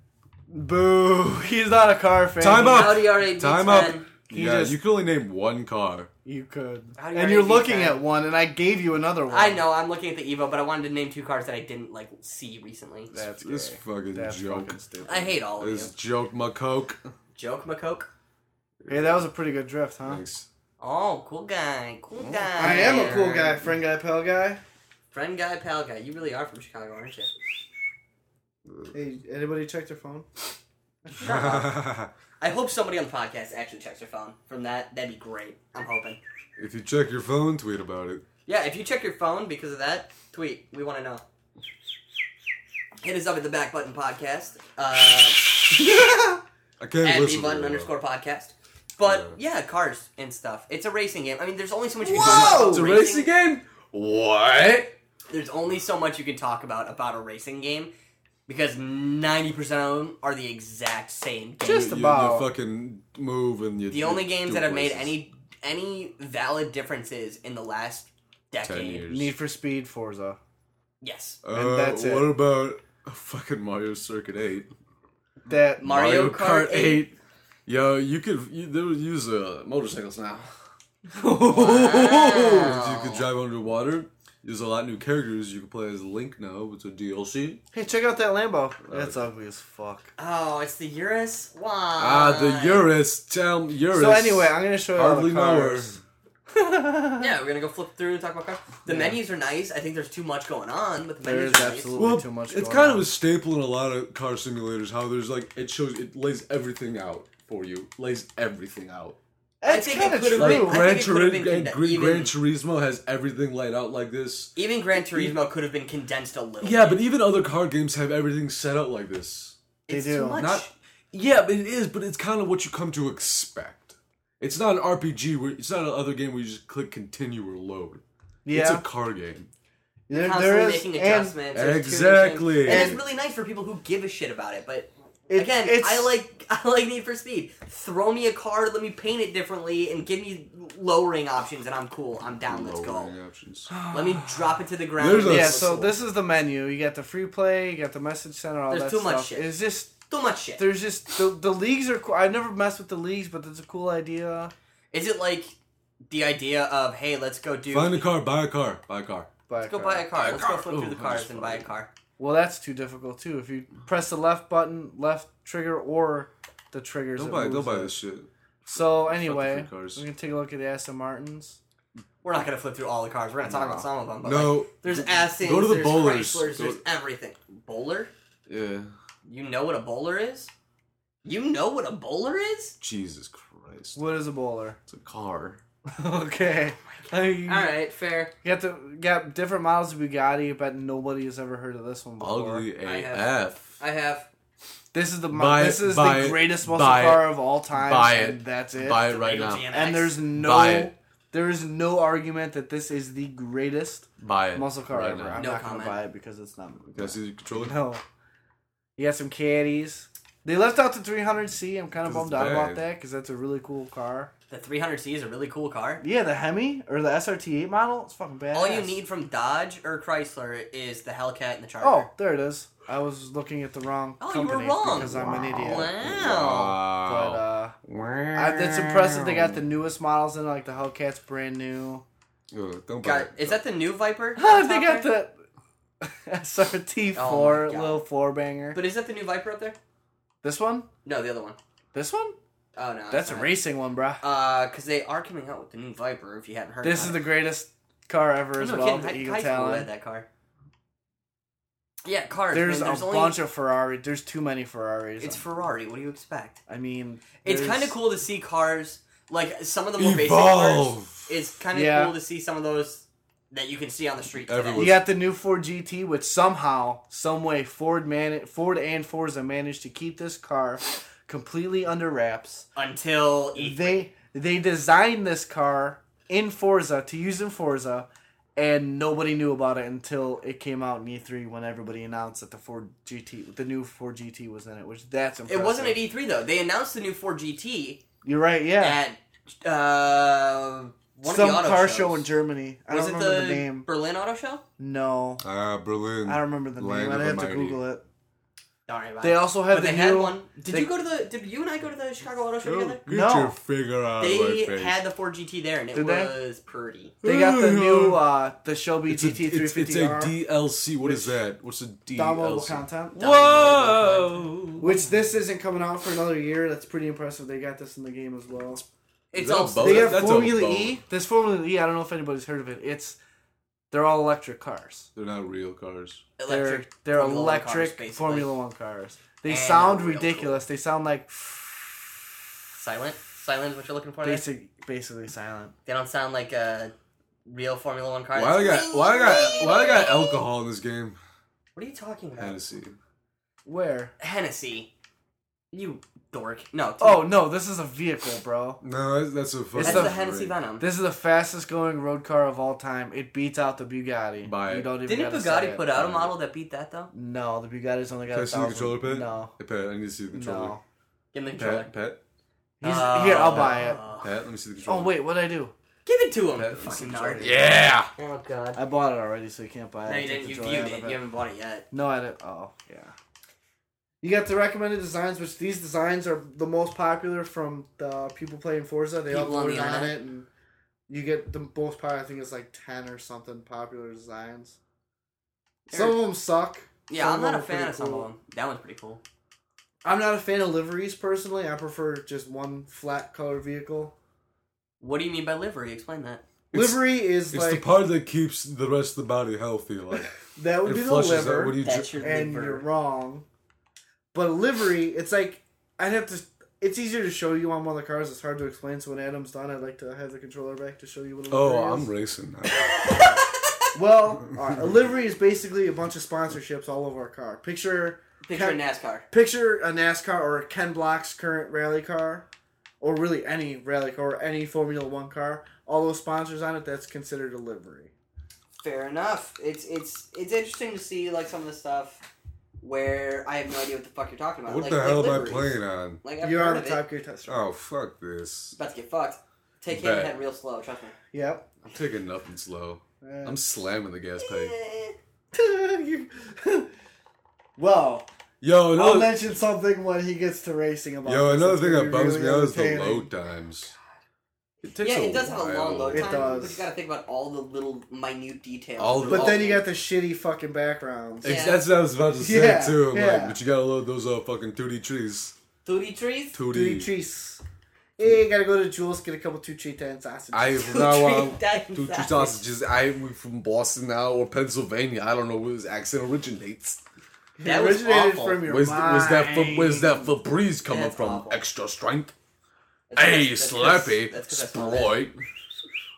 [SPEAKER 3] Boo! He's not a car fan.
[SPEAKER 2] Time out.
[SPEAKER 1] Audi R8
[SPEAKER 2] Time
[SPEAKER 1] V10.
[SPEAKER 2] up.
[SPEAKER 3] He
[SPEAKER 2] yeah,
[SPEAKER 3] just-
[SPEAKER 2] you can only name one car.
[SPEAKER 3] You could.
[SPEAKER 1] How do you
[SPEAKER 3] and
[SPEAKER 1] already
[SPEAKER 3] you're
[SPEAKER 1] beat
[SPEAKER 3] looking
[SPEAKER 1] that?
[SPEAKER 3] at one, and I gave you another one.
[SPEAKER 1] I know. I'm looking at the Evo, but I wanted to name two cars that I didn't like see recently.
[SPEAKER 3] That's
[SPEAKER 2] This
[SPEAKER 3] gay.
[SPEAKER 2] fucking
[SPEAKER 3] That's
[SPEAKER 2] joke.
[SPEAKER 3] fucking stupid.
[SPEAKER 1] I hate all of
[SPEAKER 2] This
[SPEAKER 1] you.
[SPEAKER 2] joke, my coke.
[SPEAKER 1] Joke McCoke.
[SPEAKER 3] Hey, that was a pretty good drift, huh?
[SPEAKER 2] Thanks.
[SPEAKER 1] Oh, cool guy, cool guy.
[SPEAKER 3] Oh, I am a cool guy, friend guy, pal guy.
[SPEAKER 1] Friend guy, pal guy. You really are from Chicago, aren't you?
[SPEAKER 3] Hey, anybody check their phone?
[SPEAKER 1] I hope somebody on the podcast actually checks their phone. From that, that'd be great. I'm hoping.
[SPEAKER 2] if you check your phone, tweet about it.
[SPEAKER 1] Yeah, if you check your phone because of that, tweet. We want to know. Hit us up at the Back Button Podcast. Uh,
[SPEAKER 2] I can't
[SPEAKER 1] at the button
[SPEAKER 2] listen. very well.
[SPEAKER 1] underscore podcast. But yeah. cars and stuff. It's a racing game. I mean, there's only so much you can talk about
[SPEAKER 2] It's a racing game. What?
[SPEAKER 1] There's only so much you can talk about about a racing game because 90% of them are the exact same game.
[SPEAKER 3] Just
[SPEAKER 2] You-
[SPEAKER 3] about.
[SPEAKER 2] you, fucking move and you.
[SPEAKER 1] the only games that have made
[SPEAKER 2] any
[SPEAKER 1] any any valid differences in the last
[SPEAKER 2] ten
[SPEAKER 1] decade.
[SPEAKER 2] years.
[SPEAKER 3] Need for Speed, Forza.
[SPEAKER 1] Yes.
[SPEAKER 2] uh,
[SPEAKER 3] and that's it.
[SPEAKER 2] What about fucking Mario Circuit Eight?
[SPEAKER 3] That
[SPEAKER 1] Mario, Kart, 8.
[SPEAKER 2] Yo, you could you, they would use uh, motorcycles now.
[SPEAKER 1] Wow.
[SPEAKER 2] You could drive underwater. There's a lot of new characters you can play as Link now. It's a DLC.
[SPEAKER 3] Hey, check out that Lambo. That's ugly as fuck.
[SPEAKER 1] Oh, it's the Urus? Wow.
[SPEAKER 2] Ah, the Urus. Tell me, Urus.
[SPEAKER 3] So anyway, I'm gonna show you all
[SPEAKER 2] Hardly
[SPEAKER 3] the
[SPEAKER 2] know her.
[SPEAKER 3] cars.
[SPEAKER 1] Yeah, we're gonna go flip through and talk about cars. The menus are nice. I think there's too much going on, but the
[SPEAKER 3] There
[SPEAKER 1] menus
[SPEAKER 3] is
[SPEAKER 1] are nice.
[SPEAKER 3] absolutely
[SPEAKER 2] Well,
[SPEAKER 3] too much.
[SPEAKER 2] it's
[SPEAKER 3] going
[SPEAKER 2] kind
[SPEAKER 3] on.
[SPEAKER 2] of a staple in a lot of car simulators how there's like it shows it lays everything out for you, lays everything out.
[SPEAKER 1] I
[SPEAKER 3] That's
[SPEAKER 1] think
[SPEAKER 3] kind
[SPEAKER 1] it
[SPEAKER 3] of
[SPEAKER 1] could've
[SPEAKER 3] true.
[SPEAKER 1] been-
[SPEAKER 2] Like
[SPEAKER 1] I
[SPEAKER 2] Gran,
[SPEAKER 1] think it could've been
[SPEAKER 2] Turi- and
[SPEAKER 1] condensed,
[SPEAKER 2] Gran,
[SPEAKER 1] even-
[SPEAKER 2] Gran Turismo has everything laid out like this.
[SPEAKER 1] Even Gran Turismo could have been condensed a little.
[SPEAKER 2] Yeah, but even other car games have everything set out like this.
[SPEAKER 1] bit. it's
[SPEAKER 3] they do.
[SPEAKER 1] Too much.
[SPEAKER 2] Not yeah, but it is. But it's kind of what you come to expect. It's not an RPG where it's not another game where you just click continue or load. It's a
[SPEAKER 3] Yeah,
[SPEAKER 2] car game.
[SPEAKER 3] there,
[SPEAKER 1] constantly
[SPEAKER 3] there is,
[SPEAKER 1] making
[SPEAKER 3] and
[SPEAKER 1] adjustments. there's tuning
[SPEAKER 2] Exactly.
[SPEAKER 1] things. And it's
[SPEAKER 2] And-
[SPEAKER 1] really nice for people who give a shit about it. But
[SPEAKER 3] it-
[SPEAKER 1] again,
[SPEAKER 3] it's,
[SPEAKER 1] I like I like Need for Speed. Throw me a car, let me paint it differently, and give me lowering options, and I'm cool. I'm down. Let's go.
[SPEAKER 2] Lowering options.
[SPEAKER 1] Let me drop it to the ground.
[SPEAKER 2] There's a-
[SPEAKER 3] Yeah,
[SPEAKER 2] That's
[SPEAKER 3] so
[SPEAKER 2] cool.
[SPEAKER 3] this is the menu. You got the free play, you got the message center, all
[SPEAKER 1] There's
[SPEAKER 3] that
[SPEAKER 1] too
[SPEAKER 3] stuff.
[SPEAKER 1] much shit.
[SPEAKER 3] It's just
[SPEAKER 1] too much shit.
[SPEAKER 3] there's just the, the leagues are cool. I never messed with the leagues, but that's a cool idea.
[SPEAKER 1] Is it like the idea of hey, let's go do
[SPEAKER 2] Find a car, buy a car, buy a car.
[SPEAKER 3] Buy
[SPEAKER 1] Let's go buy a car.
[SPEAKER 2] Buy a
[SPEAKER 1] Let's
[SPEAKER 2] car.
[SPEAKER 1] go flip through
[SPEAKER 2] Ooh,
[SPEAKER 1] the cars
[SPEAKER 2] that's
[SPEAKER 1] and buy a
[SPEAKER 2] funny.
[SPEAKER 1] car.
[SPEAKER 3] uh, Well, that's too difficult too. If you press the left button, left trigger, or the triggers.
[SPEAKER 2] Don't
[SPEAKER 3] it
[SPEAKER 2] buy, don't
[SPEAKER 3] moves
[SPEAKER 2] buy
[SPEAKER 3] it.
[SPEAKER 2] this shit.
[SPEAKER 3] So anyway,
[SPEAKER 2] free
[SPEAKER 3] we're
[SPEAKER 2] cars.
[SPEAKER 3] gonna take a look at the Aston Martins.
[SPEAKER 1] We're not gonna flip through all the cars. We're gonna talk about some of them. But like,
[SPEAKER 2] No,
[SPEAKER 1] there's Astons.
[SPEAKER 2] Go to the
[SPEAKER 1] there's
[SPEAKER 2] bowlers.
[SPEAKER 1] Chryslers,
[SPEAKER 2] Go-
[SPEAKER 1] There's everything. Bowler.
[SPEAKER 2] yeah.
[SPEAKER 1] You know what a bowler is? You know what a bowler is?
[SPEAKER 2] Jesus Christ,
[SPEAKER 3] What is a bowler?
[SPEAKER 2] it's a car.
[SPEAKER 3] okay, I mean, you
[SPEAKER 1] All right, fair.
[SPEAKER 3] got the got different models of Bugatti, but nobody has ever heard of this one before.
[SPEAKER 2] Ugly
[SPEAKER 1] I
[SPEAKER 2] AF.
[SPEAKER 1] I have.
[SPEAKER 3] This is the mo-
[SPEAKER 2] Buy it,
[SPEAKER 3] this is
[SPEAKER 2] buy
[SPEAKER 3] the
[SPEAKER 2] it,
[SPEAKER 3] greatest muscle
[SPEAKER 2] buy it,
[SPEAKER 3] car of all time.
[SPEAKER 2] buy
[SPEAKER 3] and
[SPEAKER 2] it,
[SPEAKER 3] That's it.
[SPEAKER 2] Buy it right
[SPEAKER 1] Real
[SPEAKER 2] now.
[SPEAKER 1] GMX.
[SPEAKER 3] and there's
[SPEAKER 2] Buy
[SPEAKER 3] no
[SPEAKER 2] it.
[SPEAKER 3] there is no argument that this is the greatest
[SPEAKER 2] Buy it.
[SPEAKER 3] muscle car
[SPEAKER 2] right
[SPEAKER 3] ever.
[SPEAKER 2] now.
[SPEAKER 3] I'm
[SPEAKER 1] No
[SPEAKER 3] not
[SPEAKER 1] comment.
[SPEAKER 3] gonna buy it because it's not.
[SPEAKER 2] Can I see the controller?
[SPEAKER 3] No. You got some caddies. They left out the 300C. I'm kind of
[SPEAKER 2] This is
[SPEAKER 3] bummed out about
[SPEAKER 2] bad.
[SPEAKER 3] that because that's a really cool car.
[SPEAKER 1] The 300C is a really cool car.
[SPEAKER 3] Yeah, the Hemi or the SRT8 model. It's fucking bad.
[SPEAKER 1] All you need from Dodge or Chrysler is the Hellcat and the Charger.
[SPEAKER 3] Oh, there it is. I was looking at the wrong.
[SPEAKER 1] Oh, you were
[SPEAKER 3] company
[SPEAKER 1] wrong.
[SPEAKER 3] because I'm an idiot.
[SPEAKER 1] Wow.
[SPEAKER 3] But
[SPEAKER 2] Wow.
[SPEAKER 3] uh, I, it's impressive they got the newest models in, like the Hellcat's brand new.
[SPEAKER 2] Ugh, don't buy
[SPEAKER 1] Got,
[SPEAKER 2] it.
[SPEAKER 1] is that the new Viper?
[SPEAKER 3] Oh,
[SPEAKER 1] up
[SPEAKER 3] they
[SPEAKER 1] top
[SPEAKER 3] got
[SPEAKER 1] there?
[SPEAKER 3] the SRT4
[SPEAKER 1] Oh my God.
[SPEAKER 3] little four banger.
[SPEAKER 1] But is that the new Viper up there?
[SPEAKER 3] this one,
[SPEAKER 1] No, the other one.
[SPEAKER 3] this one,
[SPEAKER 1] Oh no,
[SPEAKER 3] that's a
[SPEAKER 1] not.
[SPEAKER 3] racing one, bruh.
[SPEAKER 1] Uh, because they are coming out with the new Viper. If you haven't heard,
[SPEAKER 3] This
[SPEAKER 1] about
[SPEAKER 3] is
[SPEAKER 1] it.
[SPEAKER 3] the greatest car ever as
[SPEAKER 1] No
[SPEAKER 3] well.
[SPEAKER 1] kidding,
[SPEAKER 3] The
[SPEAKER 1] hi-
[SPEAKER 3] Eagle
[SPEAKER 1] high school
[SPEAKER 3] Talon.
[SPEAKER 1] had that car. Yeah, cars.
[SPEAKER 3] There's,
[SPEAKER 1] man, there's
[SPEAKER 3] a
[SPEAKER 1] only,
[SPEAKER 3] bunch of Ferrari. There's too many Ferraris.
[SPEAKER 1] It's Ferrari. What do you expect?
[SPEAKER 3] I mean,
[SPEAKER 1] It's
[SPEAKER 3] there's-
[SPEAKER 1] kind of cool to see cars like some of the more
[SPEAKER 2] Evolve.
[SPEAKER 1] basic cars. It's kind of
[SPEAKER 3] Yeah.
[SPEAKER 1] cool to see some of those that you can see on the street. Today.
[SPEAKER 2] Everywhere.
[SPEAKER 3] You got the new Ford GT, which somehow, some way, Ford man, Ford and Forza managed to keep this car completely under wraps.
[SPEAKER 1] Until E E3.
[SPEAKER 3] They they designed this car in Forza to use in Forza, and nobody knew about it until it came out in E3 when everybody announced that the Ford GT, the new Ford GT, was in it. Which that's impressive.
[SPEAKER 1] it wasn't E- at E3 though. They announced the new Ford GT
[SPEAKER 3] You're right. Yeah.
[SPEAKER 1] at uh, one
[SPEAKER 3] Some
[SPEAKER 1] of the auto
[SPEAKER 3] car
[SPEAKER 1] shows.
[SPEAKER 3] show in Germany. I
[SPEAKER 1] Was
[SPEAKER 3] don't
[SPEAKER 1] it
[SPEAKER 3] remember
[SPEAKER 1] the,
[SPEAKER 3] the, name.
[SPEAKER 1] Berlin Auto Show?
[SPEAKER 3] No,
[SPEAKER 2] Ah, Berlin.
[SPEAKER 3] I don't remember the
[SPEAKER 2] Land
[SPEAKER 3] name.
[SPEAKER 2] of
[SPEAKER 3] I'd
[SPEAKER 2] the
[SPEAKER 3] have to
[SPEAKER 2] mighty.
[SPEAKER 3] Google it.
[SPEAKER 1] Don't worry about
[SPEAKER 3] They
[SPEAKER 1] it.
[SPEAKER 3] also have
[SPEAKER 1] But
[SPEAKER 3] the
[SPEAKER 1] they
[SPEAKER 3] new,
[SPEAKER 1] had one. Did
[SPEAKER 3] they-
[SPEAKER 1] you go to the? Did you and I go to the Chicago Auto Show
[SPEAKER 2] Yo,
[SPEAKER 1] together?
[SPEAKER 2] Get
[SPEAKER 3] No.
[SPEAKER 2] your finger out of my
[SPEAKER 1] They
[SPEAKER 2] face.
[SPEAKER 1] had the Ford GT there, and it
[SPEAKER 3] Did they?
[SPEAKER 1] was pretty.
[SPEAKER 3] They got the new uh the Shelby
[SPEAKER 2] it's, a,
[SPEAKER 3] GT
[SPEAKER 2] it's, it's
[SPEAKER 3] 350
[SPEAKER 2] a
[SPEAKER 3] R
[SPEAKER 2] DLC. What is that? What's a
[SPEAKER 3] downloadable
[SPEAKER 2] DLC?
[SPEAKER 3] content.
[SPEAKER 1] Whoa!
[SPEAKER 3] Which this isn't coming out for another year. That's pretty impressive. They got this in the game as well.
[SPEAKER 1] It's
[SPEAKER 2] that a
[SPEAKER 1] all
[SPEAKER 2] boat?
[SPEAKER 3] they
[SPEAKER 2] Oh, that-
[SPEAKER 3] have
[SPEAKER 2] that's a
[SPEAKER 3] Formula
[SPEAKER 2] bummer.
[SPEAKER 3] E. This Formula E, I don't know if anybody's heard of it. It's they're all electric cars.
[SPEAKER 2] They're not real cars.
[SPEAKER 1] electric.
[SPEAKER 3] they're they're
[SPEAKER 1] Formula One cars,
[SPEAKER 3] electric
[SPEAKER 1] basically.
[SPEAKER 3] Formula One cars. They
[SPEAKER 1] And
[SPEAKER 3] sound
[SPEAKER 1] they're real
[SPEAKER 3] ridiculous. They sound like
[SPEAKER 1] Silent. Silent is what you're looking for. there?
[SPEAKER 3] basic, basically silent.
[SPEAKER 1] They don't sound like a real Formula One car.
[SPEAKER 2] Why I got why I got why I got alcohol in this game?
[SPEAKER 1] What are you talking about?
[SPEAKER 2] Hennessy.
[SPEAKER 3] Where?
[SPEAKER 1] Hennessy. You dork. No.
[SPEAKER 3] Oh no, this is a vehicle, bro.
[SPEAKER 2] No, that's- that's a fucking.
[SPEAKER 1] that's
[SPEAKER 3] the-
[SPEAKER 1] the Hennessy Venom.
[SPEAKER 3] This is the fastest going road car of all time. It beats out the Bugatti.
[SPEAKER 2] Buy it.
[SPEAKER 3] You don't even
[SPEAKER 1] Didn't
[SPEAKER 3] gotta say
[SPEAKER 1] Bugatti
[SPEAKER 3] it.
[SPEAKER 1] put out a model that beat that though?
[SPEAKER 3] No, the Bugatti's only got.
[SPEAKER 2] Can
[SPEAKER 3] a
[SPEAKER 2] I see the
[SPEAKER 3] thousand.
[SPEAKER 2] controller pit?
[SPEAKER 3] No,
[SPEAKER 2] Hey, Pat, I need to see the controller.
[SPEAKER 3] no.
[SPEAKER 1] Give me the controller.
[SPEAKER 2] Pat, Pat,
[SPEAKER 3] He's,
[SPEAKER 1] Oh.
[SPEAKER 3] here, I'll buy it.
[SPEAKER 2] Pat, let me see the controller.
[SPEAKER 3] Oh wait, what would I do?
[SPEAKER 1] Give it to him.
[SPEAKER 2] Pat,
[SPEAKER 1] fucking
[SPEAKER 2] let
[SPEAKER 1] nerd.
[SPEAKER 2] me see the controller. Yeah.
[SPEAKER 1] Oh god.
[SPEAKER 3] I bought it already, so you can't buy it.
[SPEAKER 1] No, you
[SPEAKER 3] Take
[SPEAKER 1] didn't.
[SPEAKER 3] the
[SPEAKER 1] You
[SPEAKER 3] joy
[SPEAKER 1] viewed
[SPEAKER 3] out
[SPEAKER 1] it.
[SPEAKER 3] of
[SPEAKER 1] You haven't bought it yet.
[SPEAKER 3] No, I didn't. Oh, yeah. You got the recommended designs, which these designs are the most popular from the people playing Forza. They
[SPEAKER 1] People
[SPEAKER 3] all
[SPEAKER 1] on the
[SPEAKER 3] voted on
[SPEAKER 1] internet.
[SPEAKER 3] it, and you get the most popular. I think it's like ten or something popular designs. Some of them suck.
[SPEAKER 1] Yeah,
[SPEAKER 3] Some
[SPEAKER 1] I'm
[SPEAKER 3] of
[SPEAKER 1] not
[SPEAKER 3] them
[SPEAKER 1] a
[SPEAKER 3] are
[SPEAKER 1] fan
[SPEAKER 3] pretty
[SPEAKER 1] of some
[SPEAKER 3] cool.
[SPEAKER 1] of them. That one's pretty cool.
[SPEAKER 3] I'm not a fan of liveries personally. I prefer just one flat color vehicle.
[SPEAKER 1] What do you mean by livery? Explain that.
[SPEAKER 2] It's-
[SPEAKER 3] livery is
[SPEAKER 2] It's the
[SPEAKER 3] like
[SPEAKER 2] part that keeps the rest of the body healthy. Like
[SPEAKER 3] that would
[SPEAKER 2] it
[SPEAKER 3] be the
[SPEAKER 2] flushes out.
[SPEAKER 3] liver,
[SPEAKER 2] What do you? dri-
[SPEAKER 1] That's your
[SPEAKER 3] and
[SPEAKER 1] liver.
[SPEAKER 3] you're wrong. But livery, it's like I'd have to. It's easier to show you on one of the cars. It's hard to explain. So when Adam's done, I'd like to have the controller back to show you what a livery
[SPEAKER 2] oh,
[SPEAKER 3] is.
[SPEAKER 2] I'm racing now.
[SPEAKER 3] Well, all right, a livery is basically a bunch of sponsorships all over a car. Picture
[SPEAKER 1] Picture
[SPEAKER 3] Ken-
[SPEAKER 1] NASCAR.
[SPEAKER 3] picture a NASCAR or a Ken Block's current rally car, or really any rally car or any Formula One car. All those sponsors on it, that's considered a livery.
[SPEAKER 1] Fair enough. It's it's it's interesting to see like some of the stuff where I have no idea what the fuck you're talking about.
[SPEAKER 2] What
[SPEAKER 1] like,
[SPEAKER 2] the hell
[SPEAKER 1] like
[SPEAKER 2] am I
[SPEAKER 1] liveries.
[SPEAKER 2] playing on?
[SPEAKER 1] Like I've
[SPEAKER 3] You're
[SPEAKER 1] heard
[SPEAKER 3] on
[SPEAKER 1] of
[SPEAKER 3] the
[SPEAKER 1] it.
[SPEAKER 3] Top Gear test track.
[SPEAKER 2] Oh fuck this!
[SPEAKER 1] About to get fucked. Take him
[SPEAKER 2] Bet.
[SPEAKER 1] head real slow. Trust me.
[SPEAKER 3] Yep.
[SPEAKER 2] I'm taking nothing slow.
[SPEAKER 3] Uh,
[SPEAKER 2] I'm slamming the gas pedal.
[SPEAKER 3] you- well,
[SPEAKER 2] Yo,
[SPEAKER 3] I'll
[SPEAKER 2] another,
[SPEAKER 3] mention something when he gets to racing about.
[SPEAKER 2] yo,
[SPEAKER 3] this.
[SPEAKER 2] another
[SPEAKER 3] It's
[SPEAKER 2] thing
[SPEAKER 3] gonna
[SPEAKER 2] that
[SPEAKER 3] be
[SPEAKER 2] bums
[SPEAKER 3] really
[SPEAKER 2] me out is the
[SPEAKER 3] entertaining.
[SPEAKER 2] load times. It takes
[SPEAKER 1] yeah,
[SPEAKER 2] a
[SPEAKER 1] it does have a long
[SPEAKER 2] while.
[SPEAKER 1] load
[SPEAKER 3] It
[SPEAKER 1] time. But
[SPEAKER 3] does.
[SPEAKER 1] you gotta think about all the little minute details. oh,
[SPEAKER 2] All the-
[SPEAKER 3] But then you got the shitty fucking backgrounds.
[SPEAKER 1] Yeah.
[SPEAKER 2] Ex- That's what I was about to say
[SPEAKER 3] Yeah,
[SPEAKER 2] too. I'm
[SPEAKER 3] yeah.
[SPEAKER 2] like, but you gotta load those uh, fucking 2D trees.
[SPEAKER 1] Tootie trees.
[SPEAKER 2] 2D.
[SPEAKER 3] Duty trees. Hey, gotta go to Jules get a couple two cheetah and sausages.
[SPEAKER 2] I
[SPEAKER 1] Two
[SPEAKER 2] from now on,
[SPEAKER 1] tree dimes
[SPEAKER 2] two tree
[SPEAKER 1] out.
[SPEAKER 2] sausages. I we from Boston now or Pennsylvania. I don't know where this accent originates.
[SPEAKER 1] That
[SPEAKER 3] it
[SPEAKER 1] was
[SPEAKER 3] originated
[SPEAKER 1] awful.
[SPEAKER 3] from your
[SPEAKER 2] Where's,
[SPEAKER 3] mind.
[SPEAKER 2] where's that? Fa- where's that Febreze coming
[SPEAKER 1] That's
[SPEAKER 2] from?
[SPEAKER 1] awful.
[SPEAKER 2] Extra strength.
[SPEAKER 1] That's 'cause-
[SPEAKER 2] Hey,
[SPEAKER 1] that's 'cause-
[SPEAKER 2] Slappy,
[SPEAKER 1] that's 'cause I saw that.
[SPEAKER 2] Sprite.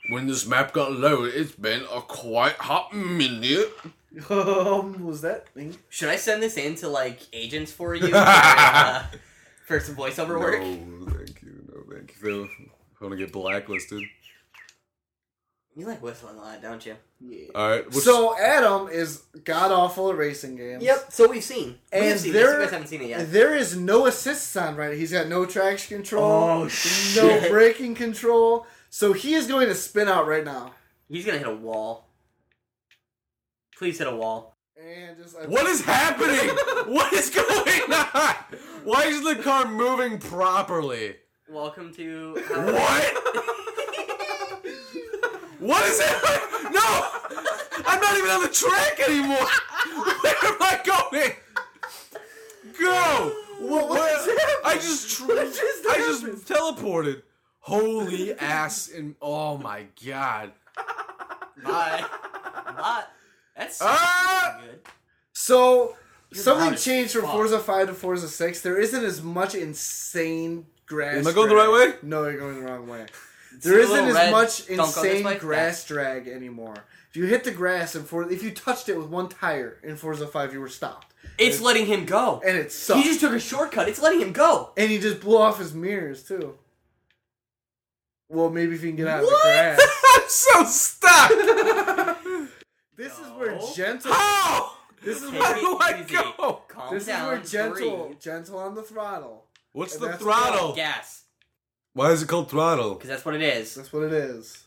[SPEAKER 2] When this map got loaded, it's been a quite hot minute.
[SPEAKER 3] Um, was that thing?
[SPEAKER 1] Should I send this in to like agents for you uh, for some voiceover work?
[SPEAKER 2] No, thank you. No, thank you. I want to get blacklisted.
[SPEAKER 1] You like whistling a lot, don't you?
[SPEAKER 3] Yeah.
[SPEAKER 2] All right. what's-
[SPEAKER 3] So Adam is god awful at racing games.
[SPEAKER 1] Yep. So we've seen.
[SPEAKER 3] And
[SPEAKER 1] we've seen this. You
[SPEAKER 3] there-
[SPEAKER 1] guys haven't seen it yet.
[SPEAKER 3] There is no assists on right. He's got no traction control.
[SPEAKER 1] Oh,
[SPEAKER 3] no
[SPEAKER 1] shit.
[SPEAKER 3] braking control. So he is going to spin out right now.
[SPEAKER 1] He's gonna hit a wall. Please hit a wall.
[SPEAKER 3] And just I-
[SPEAKER 2] What is happening? what is going on? Why is the car moving properly?
[SPEAKER 1] Welcome to.
[SPEAKER 2] What? What is that? No! I'm not even on the track anymore! Where am I going? Go!
[SPEAKER 3] What was
[SPEAKER 2] Where-
[SPEAKER 3] that?
[SPEAKER 2] I just, tr-
[SPEAKER 3] just
[SPEAKER 2] I just
[SPEAKER 3] happened?
[SPEAKER 2] teleported. Holy ass! And oh my god!
[SPEAKER 1] Bye. Bye. That's so
[SPEAKER 2] Ah!
[SPEAKER 1] good.
[SPEAKER 3] So
[SPEAKER 1] loud
[SPEAKER 3] something
[SPEAKER 1] as
[SPEAKER 3] changed from
[SPEAKER 1] fuck.
[SPEAKER 3] Forza Five to Forza Six. There isn't as much insane grass.
[SPEAKER 2] Am I going the right
[SPEAKER 3] drag.
[SPEAKER 2] way?
[SPEAKER 3] No, you're going the wrong way. There
[SPEAKER 1] a little
[SPEAKER 3] isn't
[SPEAKER 1] red.
[SPEAKER 3] as much
[SPEAKER 1] Don't go this
[SPEAKER 3] insane
[SPEAKER 1] way.
[SPEAKER 3] grass drag anymore. If you hit the grass in Forza, if you touched it with one tire in Forza Five, you were stopped,
[SPEAKER 1] It's letting him go.
[SPEAKER 3] and it
[SPEAKER 1] He
[SPEAKER 3] sucked.
[SPEAKER 1] just took a shortcut. It's letting him go.
[SPEAKER 3] and he just blew off his mirrors too. Well, maybe if you can get out
[SPEAKER 2] What?
[SPEAKER 3] of the grass.
[SPEAKER 2] I'm so stuck.
[SPEAKER 3] This is where
[SPEAKER 1] No.
[SPEAKER 3] gentle.
[SPEAKER 2] How?
[SPEAKER 3] This is
[SPEAKER 1] Take
[SPEAKER 2] How
[SPEAKER 1] it
[SPEAKER 3] where
[SPEAKER 2] do I
[SPEAKER 1] easy.
[SPEAKER 2] go?
[SPEAKER 1] Calm
[SPEAKER 3] this is
[SPEAKER 1] down.
[SPEAKER 3] where gentle,
[SPEAKER 1] breathe.
[SPEAKER 3] gentle on the throttle.
[SPEAKER 2] What's
[SPEAKER 3] And
[SPEAKER 2] the
[SPEAKER 3] that's
[SPEAKER 2] throttle?
[SPEAKER 1] Gas.
[SPEAKER 2] Why is it called throttle?
[SPEAKER 1] Because that's what it is.
[SPEAKER 3] That's what it is.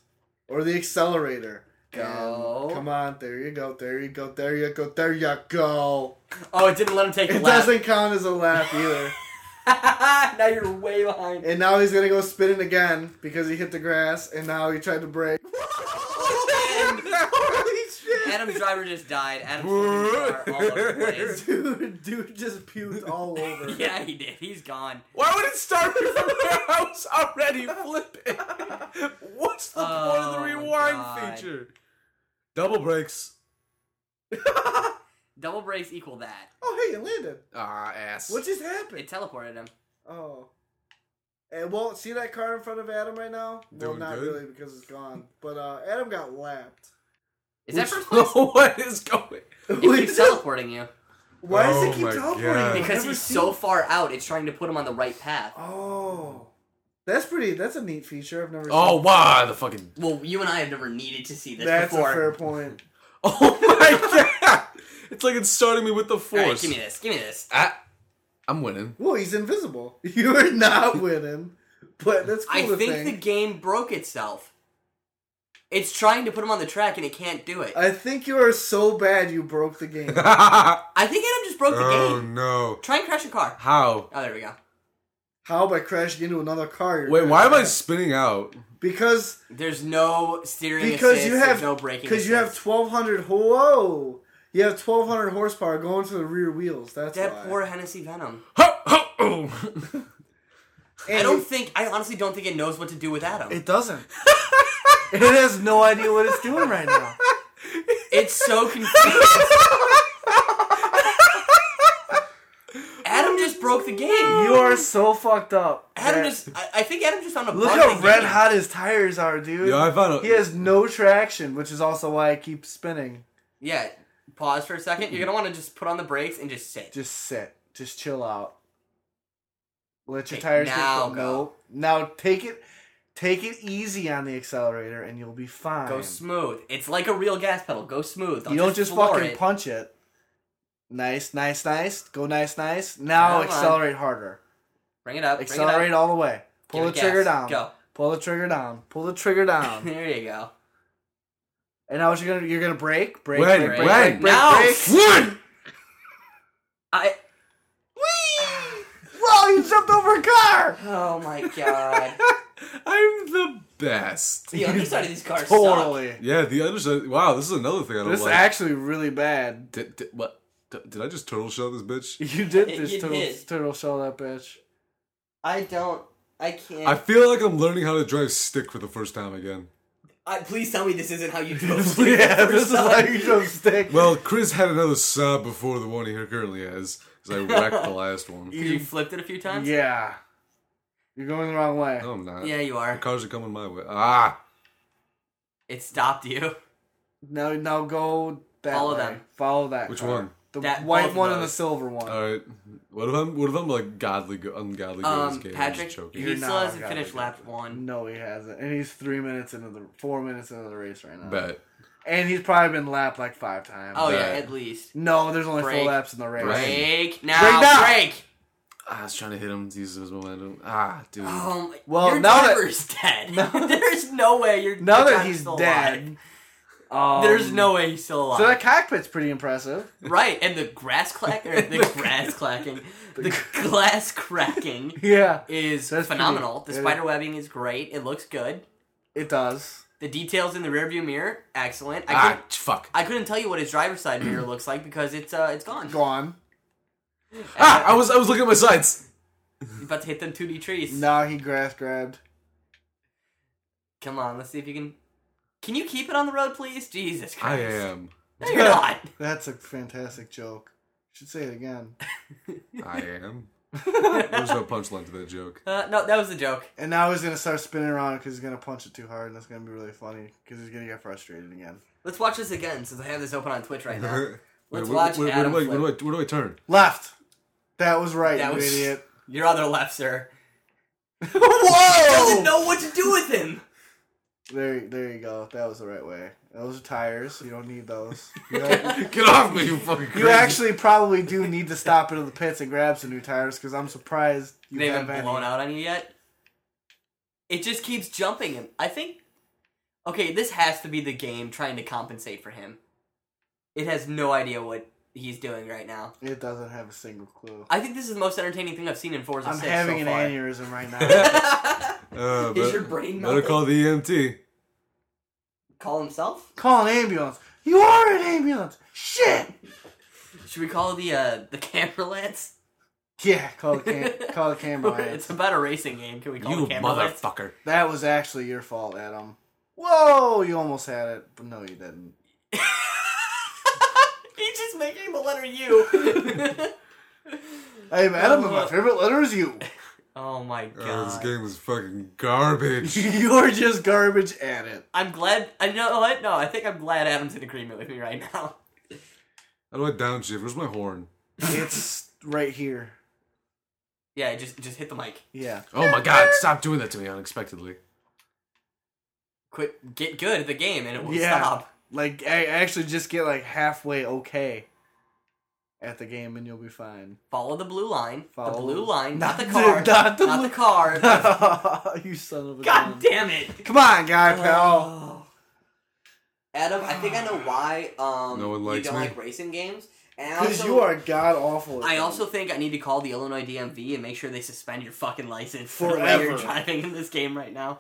[SPEAKER 3] Or the accelerator.
[SPEAKER 1] Go.
[SPEAKER 3] And Come on, there you go, there you go, there you go, there you go.
[SPEAKER 1] Oh, it didn't let him take the
[SPEAKER 3] It
[SPEAKER 1] lap.
[SPEAKER 3] doesn't count as a lap either.
[SPEAKER 1] now you're way behind.
[SPEAKER 3] and now he's gonna go spinning again because he hit the grass and now he tried to brake. Oh,
[SPEAKER 2] Holy shit!
[SPEAKER 1] Adam's driver just died. Adam's fucking car all over the place.
[SPEAKER 3] Dude, dude just puked all over.
[SPEAKER 1] Yeah, he did. He's gone.
[SPEAKER 2] Why would it start me from where I was already flipping? What's the point of the
[SPEAKER 1] Oh,
[SPEAKER 2] rewind
[SPEAKER 1] God.
[SPEAKER 2] feature? Double brakes.
[SPEAKER 1] Double brakes equal that.
[SPEAKER 3] Oh, hey, it landed.
[SPEAKER 2] Ah, ass.
[SPEAKER 3] What just happened?
[SPEAKER 1] It teleported him.
[SPEAKER 3] Oh. And well, see that car in front of Adam right now? well,
[SPEAKER 2] Doing
[SPEAKER 3] not
[SPEAKER 2] good?
[SPEAKER 3] really because it's gone. But uh, Adam got lapped.
[SPEAKER 1] Is that first place?
[SPEAKER 2] what is going?
[SPEAKER 1] It keeps teleporting you.
[SPEAKER 3] Why does
[SPEAKER 2] Oh
[SPEAKER 3] it keep
[SPEAKER 2] my
[SPEAKER 3] teleporting?
[SPEAKER 2] God.
[SPEAKER 3] I've
[SPEAKER 1] Because
[SPEAKER 3] never
[SPEAKER 1] he's
[SPEAKER 3] seen
[SPEAKER 1] so far out, it's trying to put him on the right path.
[SPEAKER 3] Oh, that's pretty. That's a neat feature. I've never.
[SPEAKER 2] Oh
[SPEAKER 3] seen.
[SPEAKER 2] wow! The fucking.
[SPEAKER 1] Well, you and I have never needed to see this
[SPEAKER 3] that's
[SPEAKER 1] before.
[SPEAKER 3] a fair point.
[SPEAKER 2] Oh my god! It's like it's starting me with the
[SPEAKER 1] All
[SPEAKER 2] force.
[SPEAKER 1] right, give me this. Give me this.
[SPEAKER 2] I, I'm winning.
[SPEAKER 3] Well, he's invisible. You are not winning, but that's cool.
[SPEAKER 1] I
[SPEAKER 3] to
[SPEAKER 1] think
[SPEAKER 3] think.
[SPEAKER 1] the game broke itself. It's trying to put him on the track and it can't do it.
[SPEAKER 3] I think you are so bad you broke the game.
[SPEAKER 2] oh
[SPEAKER 1] I think Adam just broke the
[SPEAKER 3] Oh,
[SPEAKER 1] game.
[SPEAKER 2] no!
[SPEAKER 1] Try and crash a car.
[SPEAKER 2] How?
[SPEAKER 1] Oh, there we go.
[SPEAKER 3] How by crashing into another car? You're
[SPEAKER 2] Wait,
[SPEAKER 3] gonna
[SPEAKER 2] why am I
[SPEAKER 3] crash.
[SPEAKER 2] spinning out?
[SPEAKER 3] Because
[SPEAKER 1] There's no steering
[SPEAKER 3] because
[SPEAKER 1] assist,
[SPEAKER 3] you have
[SPEAKER 1] there's no braking
[SPEAKER 3] because you have
[SPEAKER 1] assist.
[SPEAKER 3] twelve hundred. Whoa, you have twelve hundred horsepower going to the rear wheels. That's
[SPEAKER 1] That
[SPEAKER 3] why.
[SPEAKER 1] poor Hennessy Venom.
[SPEAKER 2] Ho, ho, oh.
[SPEAKER 1] I
[SPEAKER 3] And
[SPEAKER 1] don't think. I honestly don't think it knows what to do with Adam.
[SPEAKER 3] It doesn't. it has no idea what it's doing right now.
[SPEAKER 1] It's so confused. Adam just broke the game.
[SPEAKER 3] You are so fucked up.
[SPEAKER 1] Adam
[SPEAKER 3] Brad.
[SPEAKER 1] just. I, I think Adam just on a
[SPEAKER 3] look
[SPEAKER 1] bug
[SPEAKER 3] how
[SPEAKER 1] the
[SPEAKER 3] red
[SPEAKER 1] game.
[SPEAKER 3] hot his tires are, dude.
[SPEAKER 2] Yeah, I found
[SPEAKER 3] he
[SPEAKER 2] a
[SPEAKER 3] has no traction, which is also why I keep spinning.
[SPEAKER 1] Yeah. Pause for a second. You're gonna want to just put on the brakes and just sit.
[SPEAKER 3] Just sit. Just chill out. Let your
[SPEAKER 1] Okay,
[SPEAKER 3] tires
[SPEAKER 1] now
[SPEAKER 3] get
[SPEAKER 1] go.
[SPEAKER 3] no. Now take it take it easy on the accelerator and you'll be fine.
[SPEAKER 1] Go smooth. It's like a real gas pedal. Go smooth.
[SPEAKER 3] you don't just,
[SPEAKER 1] floor
[SPEAKER 3] fucking
[SPEAKER 1] it.
[SPEAKER 3] punch it. Nice, nice, nice. Go nice, nice. Now
[SPEAKER 1] Come on.
[SPEAKER 3] accelerate harder.
[SPEAKER 1] Bring it up. bring it up.
[SPEAKER 3] Accelerate all the way. Pull
[SPEAKER 1] Give
[SPEAKER 3] the
[SPEAKER 1] it
[SPEAKER 3] trigger
[SPEAKER 1] gas.
[SPEAKER 3] down.
[SPEAKER 1] Go.
[SPEAKER 3] Pull the trigger down. Pull the trigger down.
[SPEAKER 1] There you go.
[SPEAKER 3] and now what you're gonna you're gonna break, break,
[SPEAKER 2] When?
[SPEAKER 3] break, break,
[SPEAKER 2] When?
[SPEAKER 3] break, break,
[SPEAKER 1] Now.
[SPEAKER 3] break.
[SPEAKER 2] one.
[SPEAKER 1] I.
[SPEAKER 3] Whoa, you jumped over a car!
[SPEAKER 1] Oh my god.
[SPEAKER 2] I'm the best.
[SPEAKER 1] the other side of these cars suck.
[SPEAKER 3] Totally.
[SPEAKER 2] Yeah, the other side. Wow, this is another thing I don't
[SPEAKER 3] This is
[SPEAKER 2] like.
[SPEAKER 3] actually really bad.
[SPEAKER 2] did, did- what? Did, did I just turtle shell this bitch?
[SPEAKER 3] You did
[SPEAKER 1] It-
[SPEAKER 3] this
[SPEAKER 1] you
[SPEAKER 3] turtle,
[SPEAKER 1] did.
[SPEAKER 3] turtle shell that bitch.
[SPEAKER 1] I don't. I can't.
[SPEAKER 2] I feel like I'm learning how to drive stick for the first time again.
[SPEAKER 1] I, please tell me this isn't how you drove. stick
[SPEAKER 3] yeah,
[SPEAKER 1] the
[SPEAKER 3] this
[SPEAKER 1] first
[SPEAKER 3] is how
[SPEAKER 1] time.
[SPEAKER 3] you jump stick.
[SPEAKER 2] Well, Chris had another sob before the one he currently has, because I wrecked the last one.
[SPEAKER 1] 'Cause you flipped it a few times.
[SPEAKER 3] yeah. You're going the wrong way.
[SPEAKER 2] No, I'm not.
[SPEAKER 1] Yeah, you are.
[SPEAKER 2] Cars are coming my way. Ah,
[SPEAKER 1] It stopped you.
[SPEAKER 3] Now now go that
[SPEAKER 1] Follow
[SPEAKER 3] way.
[SPEAKER 1] them.
[SPEAKER 3] Follow that.
[SPEAKER 2] which
[SPEAKER 3] car.
[SPEAKER 2] one?
[SPEAKER 3] The
[SPEAKER 1] That- both
[SPEAKER 3] white
[SPEAKER 1] of
[SPEAKER 3] one and the
[SPEAKER 1] those. Uh,
[SPEAKER 3] silver one.
[SPEAKER 2] All right. What if I'm? What if I'm like godly, go- ungodly? good at
[SPEAKER 1] Um,
[SPEAKER 2] this game? I'm just
[SPEAKER 1] Patrick,
[SPEAKER 2] joking.
[SPEAKER 1] he
[SPEAKER 3] You're
[SPEAKER 1] still
[SPEAKER 3] not
[SPEAKER 1] hasn't
[SPEAKER 3] ungodly.
[SPEAKER 1] finished lap one.
[SPEAKER 3] No, he hasn't. And he's three minutes into the four minutes into the race right now.
[SPEAKER 2] Bet.
[SPEAKER 3] And he's probably been lapped like five times.
[SPEAKER 1] Oh yeah,
[SPEAKER 2] Right.
[SPEAKER 1] at least
[SPEAKER 3] No, there's only
[SPEAKER 1] Break.
[SPEAKER 3] four laps in the race.
[SPEAKER 2] Break.
[SPEAKER 1] break
[SPEAKER 3] Break
[SPEAKER 1] now.
[SPEAKER 3] now.
[SPEAKER 1] Break.
[SPEAKER 2] Ah, I was trying to hit him to use his momentum. Ah,
[SPEAKER 3] Mm.
[SPEAKER 2] dude.
[SPEAKER 1] Oh, my-
[SPEAKER 3] Well,
[SPEAKER 1] your
[SPEAKER 3] now that-
[SPEAKER 1] driver's dead. There's no way you're.
[SPEAKER 3] Now
[SPEAKER 1] your
[SPEAKER 3] that
[SPEAKER 1] driver's
[SPEAKER 3] he's
[SPEAKER 1] still
[SPEAKER 3] dead.
[SPEAKER 1] alive.
[SPEAKER 3] um,
[SPEAKER 1] There's no way he's still alive.
[SPEAKER 3] So that cockpit's pretty impressive.
[SPEAKER 1] Right, and the grass clack or the grass clacking, the glass cracking
[SPEAKER 3] Yeah.
[SPEAKER 1] is
[SPEAKER 3] That's pretty-
[SPEAKER 1] phenomenal. The
[SPEAKER 3] it-
[SPEAKER 1] spider webbing is great. It looks good.
[SPEAKER 3] It does.
[SPEAKER 1] The details in the rearview mirror, excellent. I
[SPEAKER 2] ah,
[SPEAKER 1] couldn't,
[SPEAKER 2] fuck.
[SPEAKER 1] I couldn't tell you what his driver's side mirror looks like because it's uh it's gone.
[SPEAKER 3] Gone.
[SPEAKER 2] Ah, oh. I was I was looking at my sides.
[SPEAKER 1] You're about to hit them 2D trees.
[SPEAKER 3] Now he grass grabbed.
[SPEAKER 1] Come on, let's see if you can. Can you keep it on the road, please? Jesus
[SPEAKER 2] I
[SPEAKER 1] Christ!
[SPEAKER 2] am.
[SPEAKER 1] No, you're not.
[SPEAKER 3] That's a fantastic joke. Should say it again.
[SPEAKER 2] I am. There's no punchline to that joke.
[SPEAKER 1] Uh, no, that was a joke.
[SPEAKER 3] And now he's gonna start spinning around because he's gonna punch it too hard, and that's gonna be really funny because he's gonna get frustrated again.
[SPEAKER 1] Let's watch this again since I have this open on Twitch right now.
[SPEAKER 2] Wait,
[SPEAKER 1] Let's
[SPEAKER 2] where-
[SPEAKER 1] watch
[SPEAKER 2] where, where,
[SPEAKER 1] Adam
[SPEAKER 2] do I, where, do I,
[SPEAKER 1] flip.
[SPEAKER 2] where do I turn?
[SPEAKER 3] Left. That was right,
[SPEAKER 1] That
[SPEAKER 3] you
[SPEAKER 1] was-
[SPEAKER 3] idiot.
[SPEAKER 1] Your other left, sir. Doesn't
[SPEAKER 2] Oh.
[SPEAKER 3] Whoa!
[SPEAKER 1] know what to do with him.
[SPEAKER 3] There, there you go. That was the right way. Those are tires. You don't need those. You, don't-
[SPEAKER 2] Get off me, you fucking
[SPEAKER 3] you actually probably do need to stop into the pits and grab some new tires because I'm surprised you
[SPEAKER 1] they
[SPEAKER 3] have
[SPEAKER 1] haven't
[SPEAKER 3] any.
[SPEAKER 1] blown out on you yet. It just keeps jumping him. I think. Okay, this has to be the game trying to compensate for him. It has no idea what he's doing right now.
[SPEAKER 3] It doesn't have a single clue.
[SPEAKER 1] I think this is the most entertaining thing I've seen in Forza
[SPEAKER 3] I'm
[SPEAKER 1] 6
[SPEAKER 3] having
[SPEAKER 1] so
[SPEAKER 3] an
[SPEAKER 1] far.
[SPEAKER 3] aneurysm right now.
[SPEAKER 2] Uh,
[SPEAKER 1] Is
[SPEAKER 2] better-
[SPEAKER 1] your brain
[SPEAKER 2] Better
[SPEAKER 1] melting?
[SPEAKER 2] call the E EMT.
[SPEAKER 1] Call himself?
[SPEAKER 3] Call an ambulance. You are an ambulance. Shit.
[SPEAKER 1] Should we call the uh, the camera lens?
[SPEAKER 3] Yeah, call the cam- call the camera.
[SPEAKER 1] it's
[SPEAKER 3] Lance.
[SPEAKER 1] about a racing game. Can we call
[SPEAKER 2] You
[SPEAKER 1] the camera lens?
[SPEAKER 2] motherfucker.
[SPEAKER 3] That was actually your fault, Adam. Whoa, you almost had it, but no, you didn't.
[SPEAKER 1] He's just making the letter U.
[SPEAKER 3] Hey, Adam, and my favorite letter is you.
[SPEAKER 1] oh my god.
[SPEAKER 2] Oh, this game is fucking garbage.
[SPEAKER 3] You're just garbage at it.
[SPEAKER 1] I'm glad. I know what? No, I think I'm glad Adam's in agreement with me right now.
[SPEAKER 2] How do I downshift? Where's my horn?
[SPEAKER 3] It's right here.
[SPEAKER 1] Yeah, just just hit the mic.
[SPEAKER 3] Yeah.
[SPEAKER 2] Oh my god, stop doing that to me unexpectedly.
[SPEAKER 1] Quit. Get good at the game, and it will
[SPEAKER 3] Yeah.
[SPEAKER 1] stop.
[SPEAKER 3] Like, I actually just get like halfway okay at the game and you'll be fine.
[SPEAKER 1] Follow the blue line. the
[SPEAKER 3] Follow-
[SPEAKER 1] blue line, not,
[SPEAKER 3] Not
[SPEAKER 1] the
[SPEAKER 3] the-
[SPEAKER 1] car,
[SPEAKER 3] not the
[SPEAKER 1] not
[SPEAKER 3] blue-
[SPEAKER 1] the car.
[SPEAKER 3] you son of a
[SPEAKER 1] God
[SPEAKER 3] gun.
[SPEAKER 1] damn Oh. it!
[SPEAKER 3] Come on, guy, pal.
[SPEAKER 1] Adam, I think I know why um,
[SPEAKER 2] No one likes
[SPEAKER 1] you don't
[SPEAKER 2] me.
[SPEAKER 1] like racing games. And I
[SPEAKER 3] Because
[SPEAKER 1] also-
[SPEAKER 3] you are god awful.
[SPEAKER 1] I also think I need to call the Illinois DMV and make sure they suspend your fucking license for the way
[SPEAKER 3] Forever.
[SPEAKER 1] you're driving in this game right now.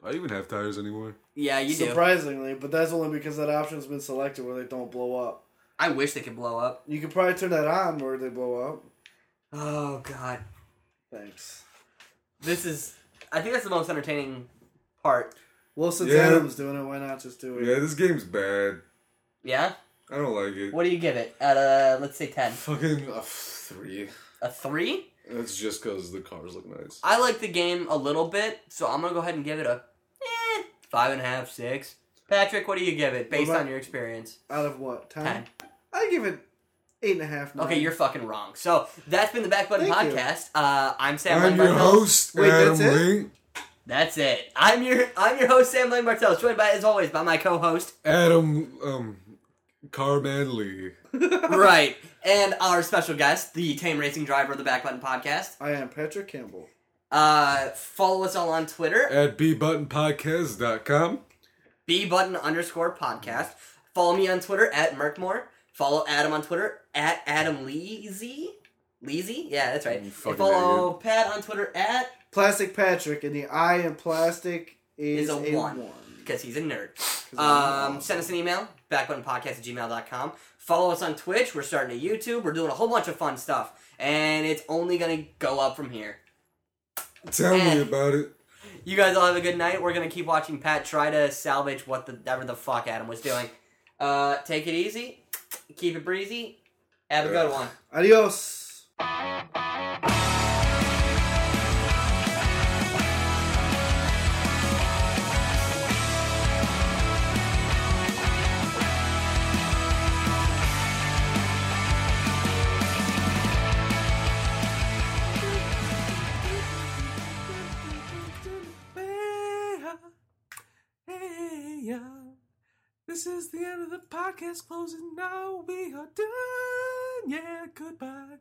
[SPEAKER 2] Do I even have tires anymore?
[SPEAKER 1] Yeah, you do.
[SPEAKER 3] Surprisingly, but that's only because that option's been selected where they don't blow up.
[SPEAKER 1] I wish they could blow up.
[SPEAKER 3] You could probably turn that on where they blow up.
[SPEAKER 1] Oh god.
[SPEAKER 3] Thanks.
[SPEAKER 1] This is, I think that's the most entertaining part.
[SPEAKER 3] Well, since
[SPEAKER 2] Yeah.
[SPEAKER 3] Adam's doing it, why not just do it?
[SPEAKER 2] Yeah, this game's bad.
[SPEAKER 1] Yeah.
[SPEAKER 2] I don't like it.
[SPEAKER 1] What do you give it? At a let's say ten,
[SPEAKER 2] Fucking a three.
[SPEAKER 1] a three.
[SPEAKER 2] That's just because the cars look nice.
[SPEAKER 1] I like the game a little bit, so I'm gonna go ahead and give it a eh, five and a half, six. Patrick, what do you give it based
[SPEAKER 3] about-
[SPEAKER 1] on your experience?
[SPEAKER 3] Out of what?
[SPEAKER 1] Ten.
[SPEAKER 3] Ten? I give it eight and a half. Nine.
[SPEAKER 1] Okay, you're fucking wrong. So that's been the Back Button
[SPEAKER 3] Thank you.
[SPEAKER 1] Podcast. Uh, I'm Sam.
[SPEAKER 2] I'm
[SPEAKER 1] Lane
[SPEAKER 2] your
[SPEAKER 1] Bartels.
[SPEAKER 2] host,
[SPEAKER 3] Wait,
[SPEAKER 2] Adam
[SPEAKER 3] that's it?
[SPEAKER 2] Link.
[SPEAKER 1] That's it. I'm your I'm your host Sam Lane Bartels, joined by as always by my co-host
[SPEAKER 2] Adam, um, Carmanley.
[SPEAKER 1] right and our special guest, the tame racing driver of the Back Button Podcast.
[SPEAKER 3] I am Patrick Campbell.
[SPEAKER 1] Uh, follow us all on Twitter
[SPEAKER 2] At bbuttonpodcast.com.
[SPEAKER 1] B button underscore podcast. Follow me on Twitter at Merkmore. Follow Adam on Twitter at Adam Leezy. Leezy? Yeah, that's right.
[SPEAKER 2] You
[SPEAKER 1] And
[SPEAKER 2] fucking
[SPEAKER 1] follow Pat on Twitter at
[SPEAKER 3] Plastic Patrick, and the I in plastic is,
[SPEAKER 1] Is a
[SPEAKER 3] a,
[SPEAKER 1] one.
[SPEAKER 3] one.
[SPEAKER 1] because he's a nerd.
[SPEAKER 3] 'Cause I'm
[SPEAKER 1] Um,
[SPEAKER 3] a-
[SPEAKER 1] send us an email, backbuttonpodcast at gmail.com. Follow us on Twitch. We're starting a YouTube. We're doing a whole bunch of fun stuff. And it's only going to go up from here.
[SPEAKER 2] Tell
[SPEAKER 1] And-
[SPEAKER 2] me about it.
[SPEAKER 1] You guys all have a good night. We're going to keep watching Pat try to salvage what the, whatever the fuck Adam was doing. Uh, take it easy. Keep it breezy. Have a good one.
[SPEAKER 3] Adios.
[SPEAKER 4] This is the end of the podcast closing now. We are done. Yeah, goodbye.